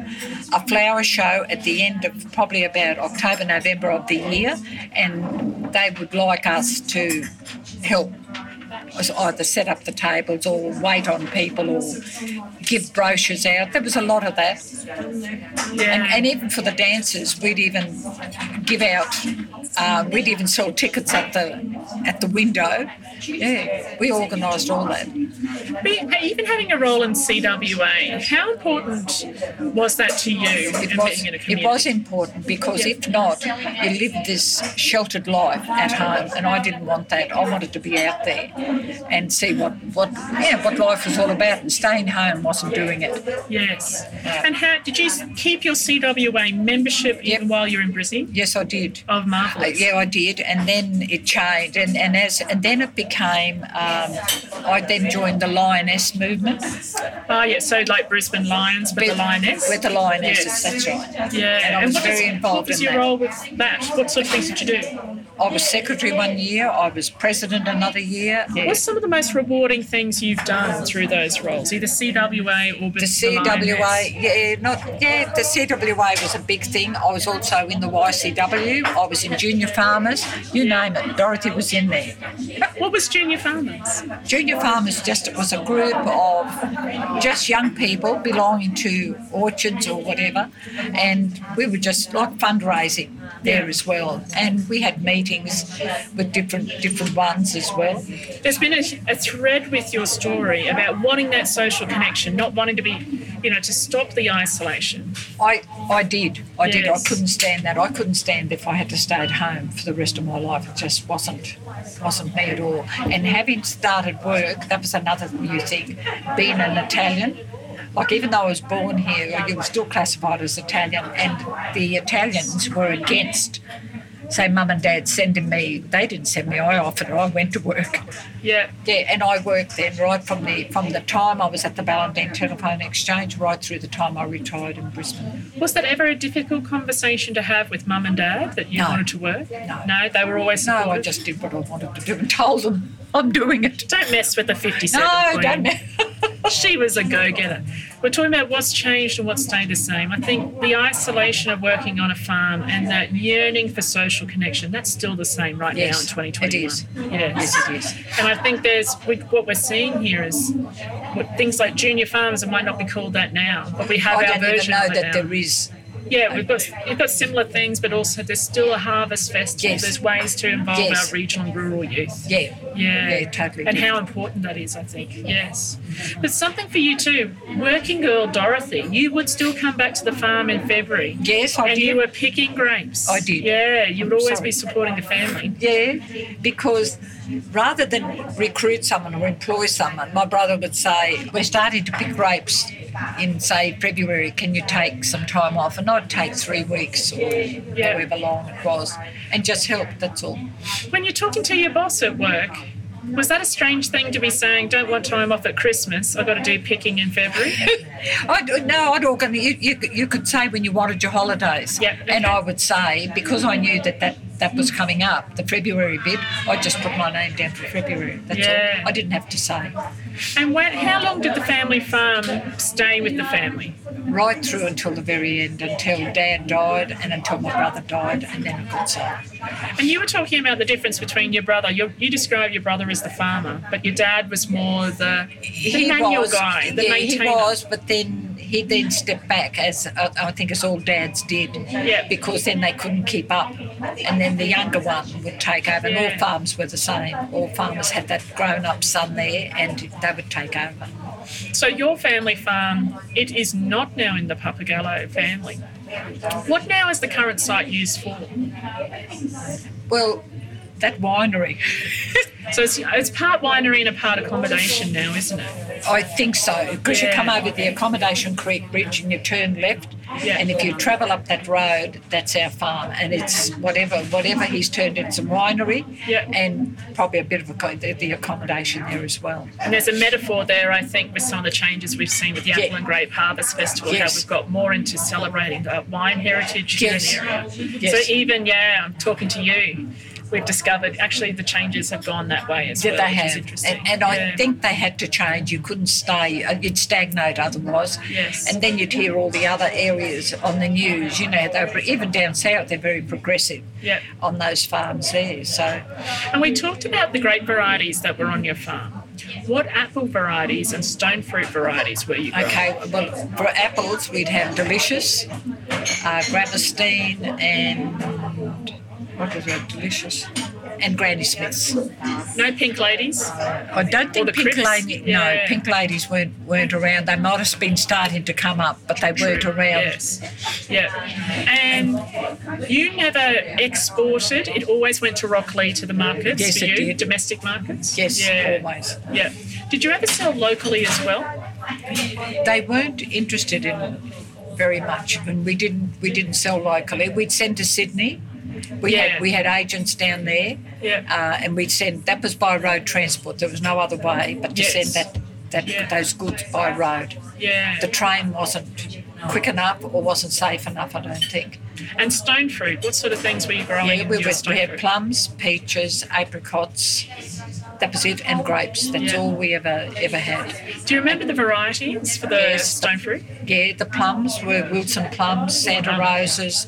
a flower show at the end of probably about October November of the year, and they would like us to help was either set up the tables or wait on people or give brochures out. There was a lot of that. Yeah. And, and even for the dancers, we'd even give out, uh, we'd even sell tickets at the at the window. Yeah, we organised all that. Be- even having a role in CWA, how important was that to you It in was, being in a it community? was important because if not, you lived this sheltered life at home, and I didn't want that. I wanted to be out there and see what, what yeah what life was all about, and staying home wasn't doing it. Yes. And how did you s- keep your CWA membership Yep. even while you're in Brazil? Yes, I did. Of Uh, marvellous. yeah, I did, and then it changed, and, and as and then it became. Um, I then joined the Lioness movement Oh, yeah. So like Brisbane Lions with, the Lioness. with the Lionesses. Yes. That's right. yeah. and I was what very was, involved What was in your that. role with that? What sort of things did you do? I was secretary one year. I was president another year. What's some of the most rewarding things you've done through those roles, either CWA or The CWA, yeah, not yeah. The CWA was a big thing. I was also in the YCW. I was in junior farmers. You name it. Dorothy was in there. What was Junior Farmers? Junior farmers just was a group of just young people belonging to orchards or whatever, and we were just like fundraising there as well. And we had meetings with different different ones as well. There's been a, a thread with your story about wanting that social connection, not wanting to be, you know, to stop the isolation. I I did I did I Yes. couldn't stand that. I couldn't stand if I had to stay at home for the rest of my life. It just wasn't wasn't me at all. And having started work, that was another new thing. Being an Italian, like even though I was born here, you were still classified as Italian, and the Italians were against. Say, mum and dad sending me. They didn't send me. I offered. it. I went to work. Yeah. Yeah, and I worked then right from the from the time I was at the Ballandine Telephone Exchange right through the time I retired in Brisbane. Was that ever a difficult conversation to have with mum and dad that you No. wanted to work? No. they were always No, I supportive? just did what I wanted to do and told them I'm doing it. Don't mess with the 57 No, queen. don't. she was a go-getter. We're talking about what's changed and what's stayed the same. I think the isolation of working on a farm and that yearning for social connection, that's still the same right Yes, now in 2021. it is. Yes. Yes, it is. And I think there's we, what we're seeing here is what, things like junior farms, it might not be called that now, but we have I our don't even version know of it that now. there is Yeah, we've got you've got similar things, but also there's still a harvest festival. Yes. There's ways to involve Yes. our regional and rural youth. Yeah. Yeah. Yeah, totally. And how important that is, I think. Yes. But something for you too, working girl Dorothy, you would still come back to the farm in February. Yes, I and did. you were picking grapes. I did. Yeah, you would always sorry. be supporting the family. Yeah, because rather than recruit someone or employ someone, my brother would say, We're starting to pick grapes in, say, February. Can you take some time off? And I'd take three weeks or however long it was and just help, that's all. When you're talking to your boss at work, was that a strange thing to be saying, don't want time off at Christmas, I've got to do picking in February? I'd, no, I'd organise. You, you, could- you could say when you wanted your holidays, Yeah, and okay. I would say because I knew that, that that was coming up, the February bit. I just put my name down for February. That's Yeah. all. I didn't have to say And when, how long did the family farm stay with the family? right through until the very end, until Dad died and until my brother died, and then I could say. And you were talking about the difference between your brother. Your, you describe your brother as the farmer, but your dad was more the, the manual guy, the yeah, maintainer. he was, but then he then stepped back, as uh, I think as all dads did, Yeah. because then they couldn't keep up, and then the younger one would take over. And Yeah. all farms were the same. All farmers had that grown-up son there, and they would take over. So your family farm, it is not now in the Papagallo family. What now is the current site used for? Well, that winery, So it's, it's part winery and a part accommodation now, isn't it? I think so, because Yeah. you come over the Accommodation Creek Bridge and you turn left, Yeah. and if you travel up that road, that's our farm, and it's whatever whatever he's turned into winery, Yeah. and probably a bit of a, the, the accommodation there as well. And there's a metaphor there, I think, with some of the changes we've seen with the Apple Yeah. and Grape Harvest Festival, Yes. how we've got more into celebrating the wine heritage Yes. in an area. Yes. So even, yeah, I'm talking to you, we've discovered actually the changes have gone that way as Did well, they which is have? interesting. And, and Yeah. I think they had to change. You couldn't stay, uh, you'd stagnate otherwise. Yes. And then you'd hear all the other areas on the news. You know, they're, even down south, they're very progressive Yeah. on those farms there. So, And we talked about the grape varieties that were on your farm. What apple varieties and stone fruit varieties were you growing? okay, well, for apples, we'd have delicious, uh, Gramerstein, and what was that? Delicious. And Granny Smith's. No pink ladies? I don't Or the think Pink Crips. Lady. Yeah. No, Pink Ladies weren't weren't around. They might have been starting to come up, but they weren't around. Yes. Yeah. And you never exported, it always went to Rocklea to the markets Yes, for you, it did. domestic markets? Yes, yeah. always. Yeah. Did you ever sell locally as well? They weren't interested in very much, and we didn't we didn't sell locally. We'd send to Sydney. We Yeah. had we had agents down there, Yeah. uh, and we'd send. That was by road transport. There was no other way but to Yes. send that that Yeah. those goods by road. Yeah. The train wasn't quick enough or wasn't safe enough. I don't think. and stone fruit, what sort of things were you growing? Yeah, in we, your were, stone we had fruit? plums, peaches, apricots. That was it, and grapes. That's Yeah. all we ever ever had. Do you remember the varieties for the Yes. stone fruit? Yeah, the plums were Wilson plums, Uh-huh. Santa roses.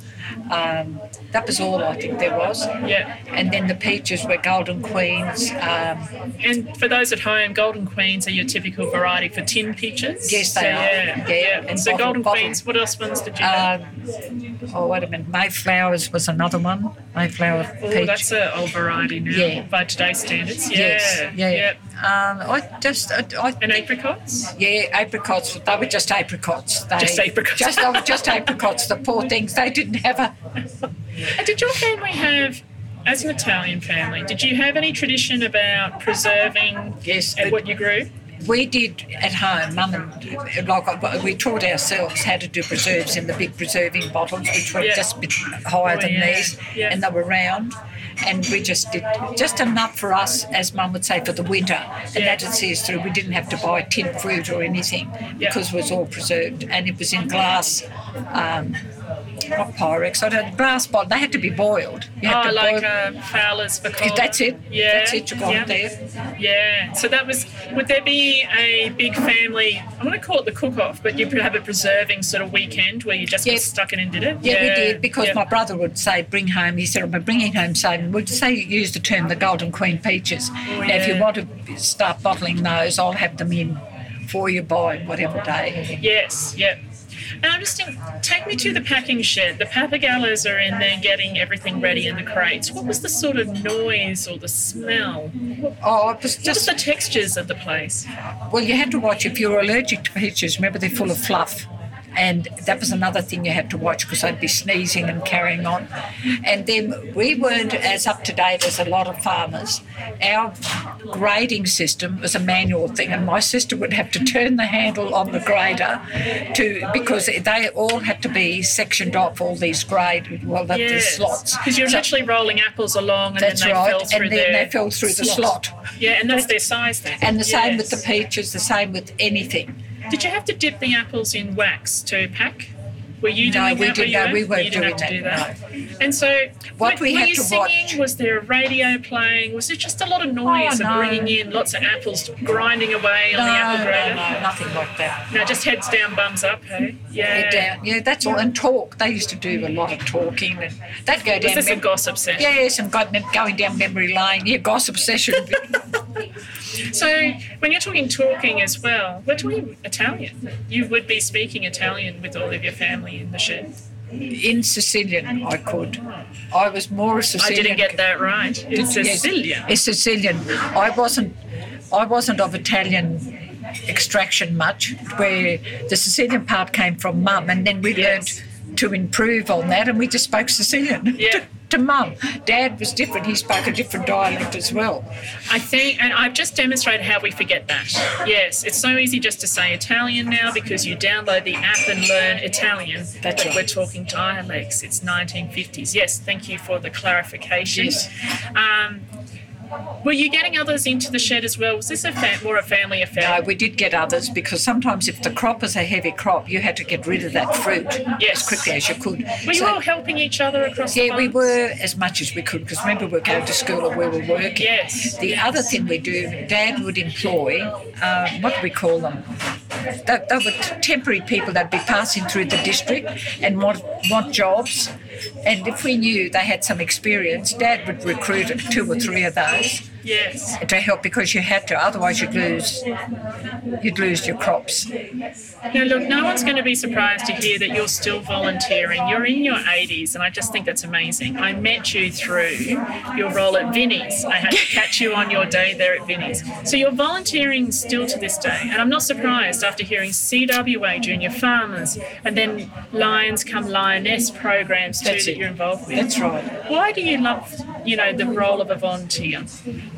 Um, that was all I think there was. Yeah. And then the peaches were golden queens. Um, And for those at home, golden queens are your typical variety for tin peaches. Yes, they So, are. Yeah. Yeah, yeah. and so bottle- golden bottle. queens. What else ones did you? have? um, oh wait a minute, Mayflowers was another one. Mayflower Oh, peach. that's an old variety now Yeah. by today's standards. Yeah. yes, yeah. yeah. Um, I just I, I And apricots? Uh, Yeah, apricots. They were just apricots. They, Just apricots. Just, they were just apricots. The poor things. They didn't have a. And did your family have, as an Italian family, did you have any tradition about preserving Yes, and but- what you grew? We did at home, mum and like we taught ourselves how to do preserves in the big preserving bottles, which were Yeah. just a bit higher Oh, than yeah, these, yeah. and they were round. And we just did just enough for us, as mum would say, for the winter, and Yeah. that would see us through. We didn't have to buy tin fruit or anything Yeah. because it was all preserved, and it was in glass. Um, not Pyrex, I don't glass bottle. They had to be boiled. You had Oh, to like boil- uh, Fowler's Bacola. That's it. Yeah. That's it. You got yeah. it there. Yeah. So that was, would there be a big family, I want to call it the cook off, but you could have a preserving sort of weekend where you just Yes. stuck in and did it? Yeah, we did because yeah. my brother would say, "Bring home." He said, "I'm bringing home some." Would say use the term the golden queen peaches. now, if you yeah. want to start bottling those, I'll have them in for you by whatever day. Yes, yeah. And I'm just thinking, take me to the packing shed. The papagallos are in there getting everything ready in the crates. What was the sort of noise or the smell? Oh, it was Just just the textures of the place. well, you had to watch if you were allergic to peaches. Remember, they're full of fluff, and that was another thing you had to watch because I'd be sneezing and carrying on. And then we weren't as up to date as a lot of farmers. Our grading system was a manual thing, and my sister would have to turn the handle on the grader to because they all had to be sectioned off all these grade well, the, the slots. Because you're So- actually rolling apples along and That's then they right, fell and through then their they fell through the slot. Yeah, and that's their size then. and the same with Yes. the peaches, the same with anything. Did you have to dip the apples in wax to pack? Were you No, doing we that? Were did- you no, we You weren't didn't have doing to that, do that. And so, What were, we were had you to singing? watch- Was there a radio playing? Was there just a lot of noise Oh, of no. bringing in lots of apples, grinding away on the apple grater? nothing like that. No, just heads down, bums up. Hey, Yeah. yeah. down- yeah, that's all. And talk. They used to do a lot of talking, and that go Was down. this a mem- gossip session? Yes, and got mem- going down memory lane. Yeah, gossip session. So when you're talking talking as well, we're talking Italian. You would be speaking Italian with all of your family in the shed. In Sicilian, I could. I was more a I Sicilian. didn't get that right. It's Yes, Sicilian. It's Sicilian. I wasn't. I wasn't of Italian extraction much. Where the Sicilian part came from mum, and then we Yes. learned to improve on that, and we just spoke Sicilian Yeah. to, to mum. Dad was different. He spoke a different dialect as well. I think, and I've just demonstrated how we forget that. Yes, it's so easy just to say Italian now because you download the app and learn Italian. That's but right. we're talking dialects. It's 1950s. Yes, thank you for the clarification. Yes. Um, were you getting others into the shed as well? Was this a fa- more a family affair? No, Uh, we did get others because sometimes if the crop is a heavy crop, you had to get rid of that fruit Yes. as quickly as you could. were you So- all helping each other across the Yeah, we farms? were as much as we could because remember we were going to school or we were working. Yes. The other thing we do, Dad would employ, uh, what do we call them? They, they were temporary people that'd be passing through the district and want, want jobs. And if we knew they had some experience, Dad would recruit two or three of those Yes. to help because you had to, otherwise you'd lose, you'd lose your crops. Now, look, no one's going to be surprised to hear that you're still volunteering. You're in your 80s, and I just think that's amazing. I met you through your role at Vinnie's. I had to catch you on your day there at Vinnie's. So you're volunteering still to this day, and I'm not surprised after hearing CWA Junior Farmers and then Lions Come Lioness programs too That's that it. you're involved with. That's right. Why do you love, you know, the role of a volunteer?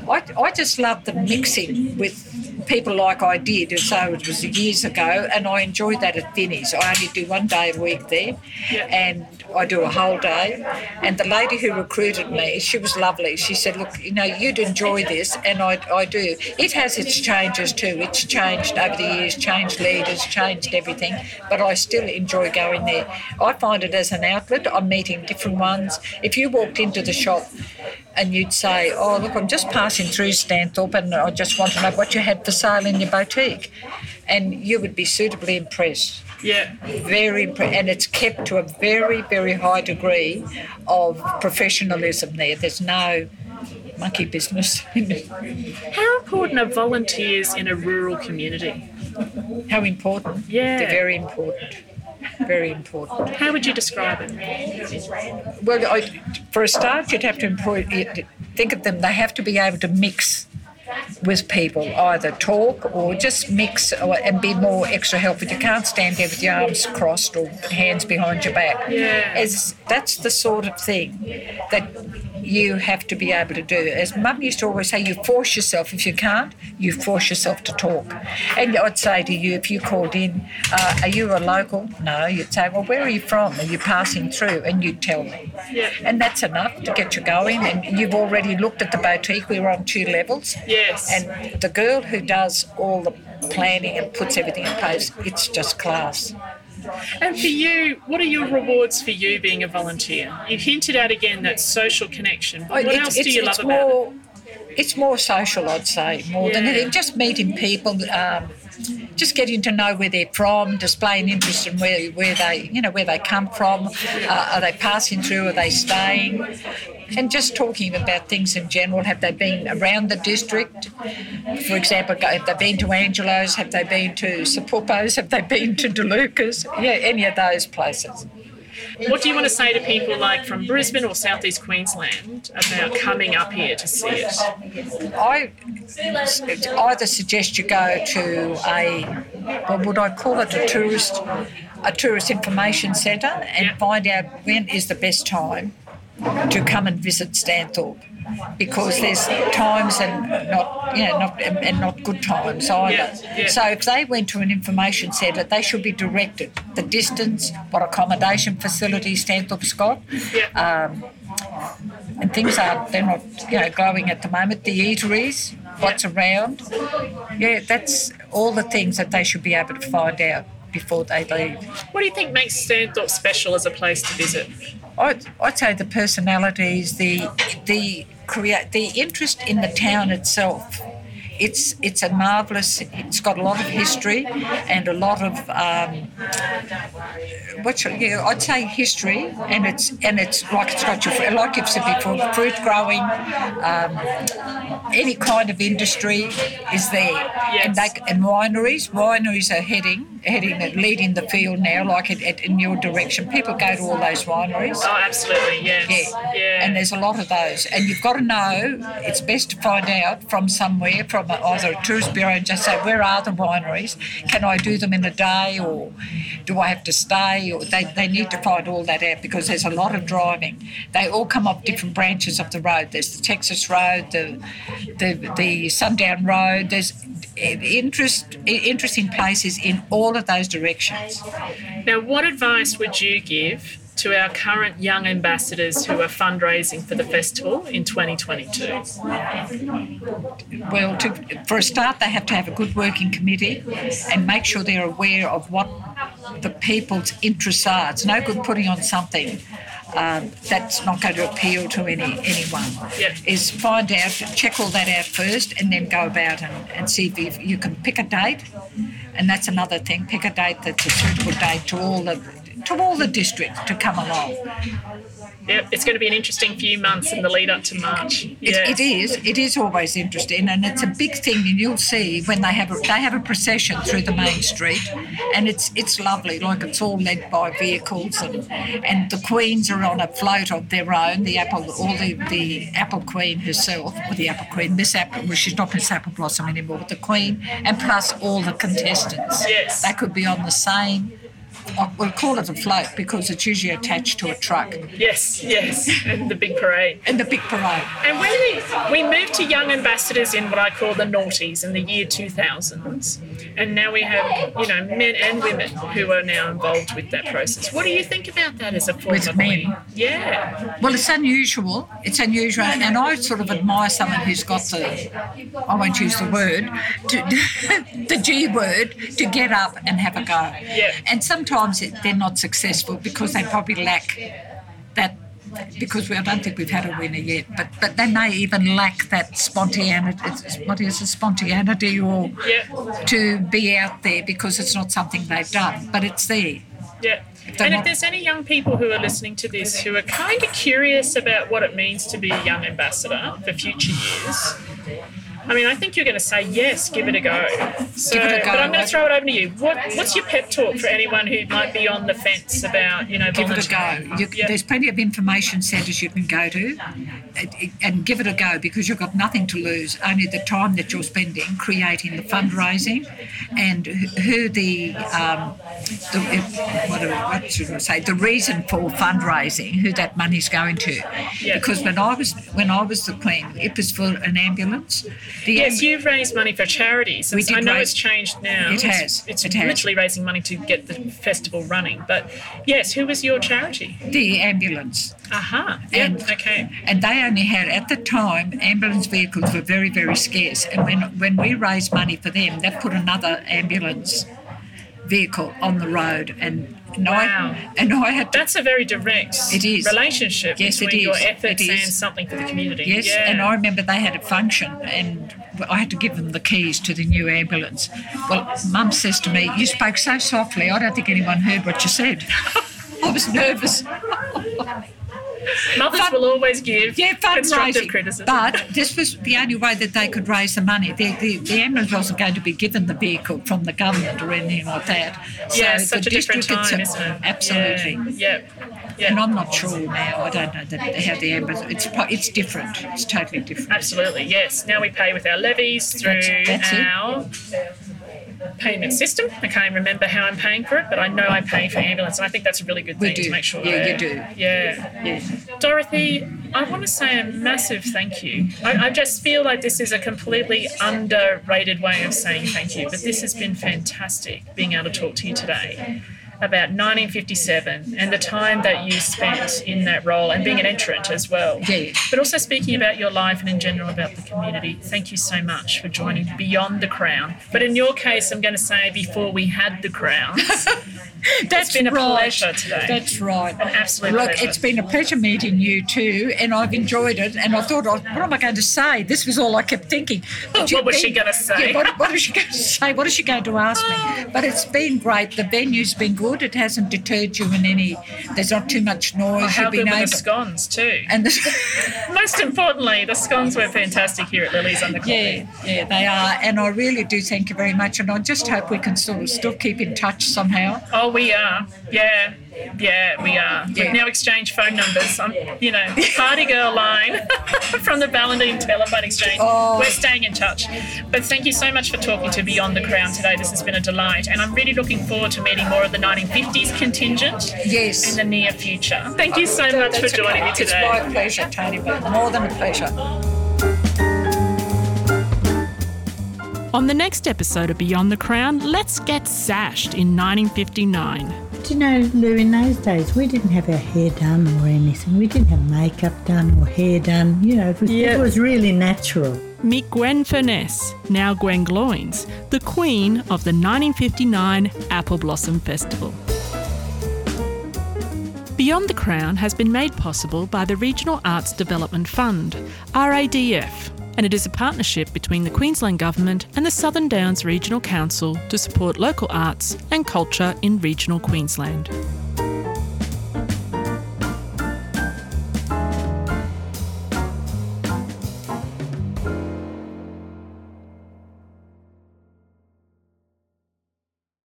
I, I just love the mixing with people like I did, and so it was years ago, and I enjoy that at Vinnie's. I only do one day a week there, Yeah. and I do a whole day. And the lady who recruited me, she was lovely. She said, Look, you know, you'd enjoy this, and I, I do. It has its changes too. It's changed over the years, changed leaders, changed everything, but I still enjoy going there. I find it as an outlet. I'm meeting different ones. If you walked into the shop, and you'd say, Oh, look, I'm just passing through Stanthorpe and I just want to know what you had for sale in your boutique. And you would be suitably impressed. Yeah. Very impre- and it's kept to a very, very high degree of professionalism there. There's no monkey business. How important are volunteers in a rural community? How important? Yeah. They're very important. Very important. How would you describe it? Well, I, for a start, you'd have to employ. you'd Think of them; they have to be able to mix with people, either talk or just mix, or, and be more extra helpful. You can't stand there with your arms crossed or hands behind your back. Yeah. As that's the sort of thing that you have to be able to do. As Mum used to always say, you force yourself. If you can't, you force yourself to talk. And I'd say to you, if you called in, uh, are you a local? No. You'd say, well, where are you from? Are you passing through? And you'd tell me. Yeah. And that's enough to get you going. And you've already looked at the boutique. We were on two levels. Yes. And the girl who does all the planning and puts everything in place, it's just class. And for you, what are your rewards for you being a volunteer? You hinted at again that social connection. But what It- else Oh, it's, do you love it's about it? more, It's more social, I'd say, more than Yeah. anything. Just meeting people, um, just getting to know where they're from, displaying interest in where, where they, you know, where they come from. Uh, are they passing through? Are they staying? And just talking about things in general. Have they been around the district? For example, go- have they been to Angelo's? Have they been to Sapupo's? Have they been to DeLuca's? Yeah, any of those places. What do you want to say to people like from Brisbane or southeast Queensland about coming up here to see it? I either suggest you go to a, well, would I call it a tourist, a tourist information centre, and Yeah. find out when is the best time to come and visit Stanthorpe, because there's times and not, you know, not and and not good times either. yeah. So if they went to an information centre, they should be directed the distance, what accommodation facilities Stanthorpe's got Yeah. Uh, and things are they're not you know glowing at the moment. The eateries, what's around, yeah, that's all the things that they should be able to find out before they leave. What do you think makes Stanthorpe special as a place to visit? I'd, I'd say the personalities, the the create the interest in the town itself. It's it's a marvelous. It's got a lot of history and a lot of um, what you yeah, I'd say history and it's and it's like it's got your like it's before fruit growing. um, any kind of industry is there, and they, and wineries. Wineries are heading, heading, leading the field now, like it, it, in your direction. People go to all those wineries. Oh, absolutely, yes. Yeah. Yeah. And there's a lot of those. And you've got to know, it's best to find out from somewhere, from a- either a tourist bureau, and just say, where are the wineries? Can I do them in a day or do I have to stay? Or they, they need to find all that out because there's a lot of driving. They all come off different branches of the road. There's the Texas Road, the the, the Sundown Rold. There's interest interesting places in all of those directions. Now, what advice would you give to our current young ambassadors who are fundraising for the festival in 2022? Well, to, for a start, they have to have a good working committee and make sure they're aware of what the people's interests are. It's no good putting on something um, that's not going to appeal to any anyone. Yep. Is find out, check all that out first, and then go about and, and see if you, you can pick a date. And that's another thing. Pick a date that's a suitable date to all the to all the district to come along. Yep, it's going to be an interesting few months in the lead up to March. Yeah. It, it is. It is always interesting, and it's a big thing. And you'll see when they have a, they have a procession through the main street, and it's it's lovely. Like it's all led by vehicles, and and the queens are on a float of their own. The apple, all the, the apple queen herself, or the apple queen, Miss Apple. Well, she's not Miss Apple Blossom anymore, but the queen, and plus all the contestants. Yes. they could be on the same. I- We'll call it a float because it's usually attached to a truck Yes, yes, and the big parade. and the big parade. And when we, we moved to young ambassadors in what I call the noughties in the year 2000s, and now we have, you know, men and women who are now involved with that process. What do you think about that as a form With of men. lead? Yeah, Well, it's unusual. It's unusual, and I sort of admire someone who's got the—I won't use the word—the G word to get up and have a go. Yeah. And sometimes it, they're not successful because they probably lack that. Because we, I don't think we've had a winner yet, but but they may even lack that spontaneity. it's- What is it, spontaneity or yeah, to be out there because it's not something they've done, but it's there. yeah. They're And if not- there's any young people who are listening to this who are kind of curious about what it means to be a young ambassador for future years, I mean, I think you're going to say yes, give it a go. So, Give it a go. but I'm going to throw it over to you. What, what's your pep talk for anyone who might be on the fence about, you know, give it a volunteering? go. You, Yeah. There's plenty of information centres you can go to and- and give it a go because you've got nothing to lose, only the time that you're spending creating the fundraising and who who the, um, the what, what should I say, the reason for fundraising, who that money's going to. Yeah. Because when I was when I was the Queen, it was for an ambulance. The Yes, you've raised money for charities. We I did know raise- it's changed now. It has. It's, it's It has. literally raising money to get the festival running. But yes, who was your charity? amb- the ambulance. Aha. Yeah. And- okay. and they only had at the time ambulance vehicles were very very scarce and when when we raised money for them they put another ambulance vehicle on the road and and Wow. I and I had to, That's a very direct It is. relationship Yes, it between your is. efforts It is. and something for the community. yes yeah. and I remember they had a function and I had to give them the keys to the new ambulance. Well, Mum says to me, "You spoke so softly. I don't think anyone heard what you said." I was nervous. Mothers Fun- will always give Yeah, constructive fundraising. criticism. But this was the only way that they could raise the money. The, the, the ambulance wasn't going to be given the vehicle from the government or anything like that. So yeah, such the a different district time, itself- isn't it? Absolutely. Yeah. yeah. yeah. And I'm not sure now. I don't know that, how the ambulance. It's pro- it's different. It's totally different. Absolutely, yes. Now we pay with our levies through That's- that's it. our payment system. I can't even remember how I'm paying for it, but I know I pay for ambulance, and I think that's a really good We thing to do. make sure. Yeah, you that- do. Yeah. Yeah. Dorothy, I want to say a massive thank you. I, I just feel like this is a completely underrated way of saying thank you, but this has been fantastic being able to talk to you today about 1957 and the time that you spent in that role and being an entrant as well. Yeah. But also speaking about your life and in general about the community, thank you so much for joining Beyond the Crown. But in your case, I'm going to say before we had the crowns, That's been a right. pleasure today. That's right. An absolute Look, pleasure. it's been a pleasure meeting you too, and I've enjoyed it. And I thought, oh, what am I going to say? This was all I kept thinking. But What you've was she been- gonna say? Yeah, what, what is she going to say? What is she going to ask me? But it's been great. The venue's been good. It hasn't deterred you in any. There's not too much noise. how You've good been were the able. scones too? and the, Most importantly, the scones were fantastic here at Lily's on the Corner. yeah, yeah, they are. And I really do thank you very much. And I just hope we can sort of still keep in touch somehow. Oh, we are. Yeah. Yeah, we are. Yeah. We've now exchanged phone numbers. I'm, you know, party girl line from the Valentine Telephone Exchange. Oh. We're staying in touch. But thank you so much for talking to Beyond the Crown today. This has been a delight. And I'm really looking forward to meeting more of the 1950s contingent Yes. in the near future. Thank you so much for That's joining okay. me today. It's my pleasure, Tony, but more than a pleasure. On the next episode of Beyond the Crown, let's get sashed in 1959. Do you know, Lou, in those days we didn't have our hair done or anything. We didn't have makeup done or hair done. You know, it was, it was really natural. Meet Gwen Furness, now Gwen Gloins, the queen of the 1959 Apple Blossom Festival. Beyond the Crown has been made possible by the Regional Arts Development Fund, RADF, and it is a partnership between the Queensland Government and the Southern Downs Regional Council to support local arts and culture in regional Queensland.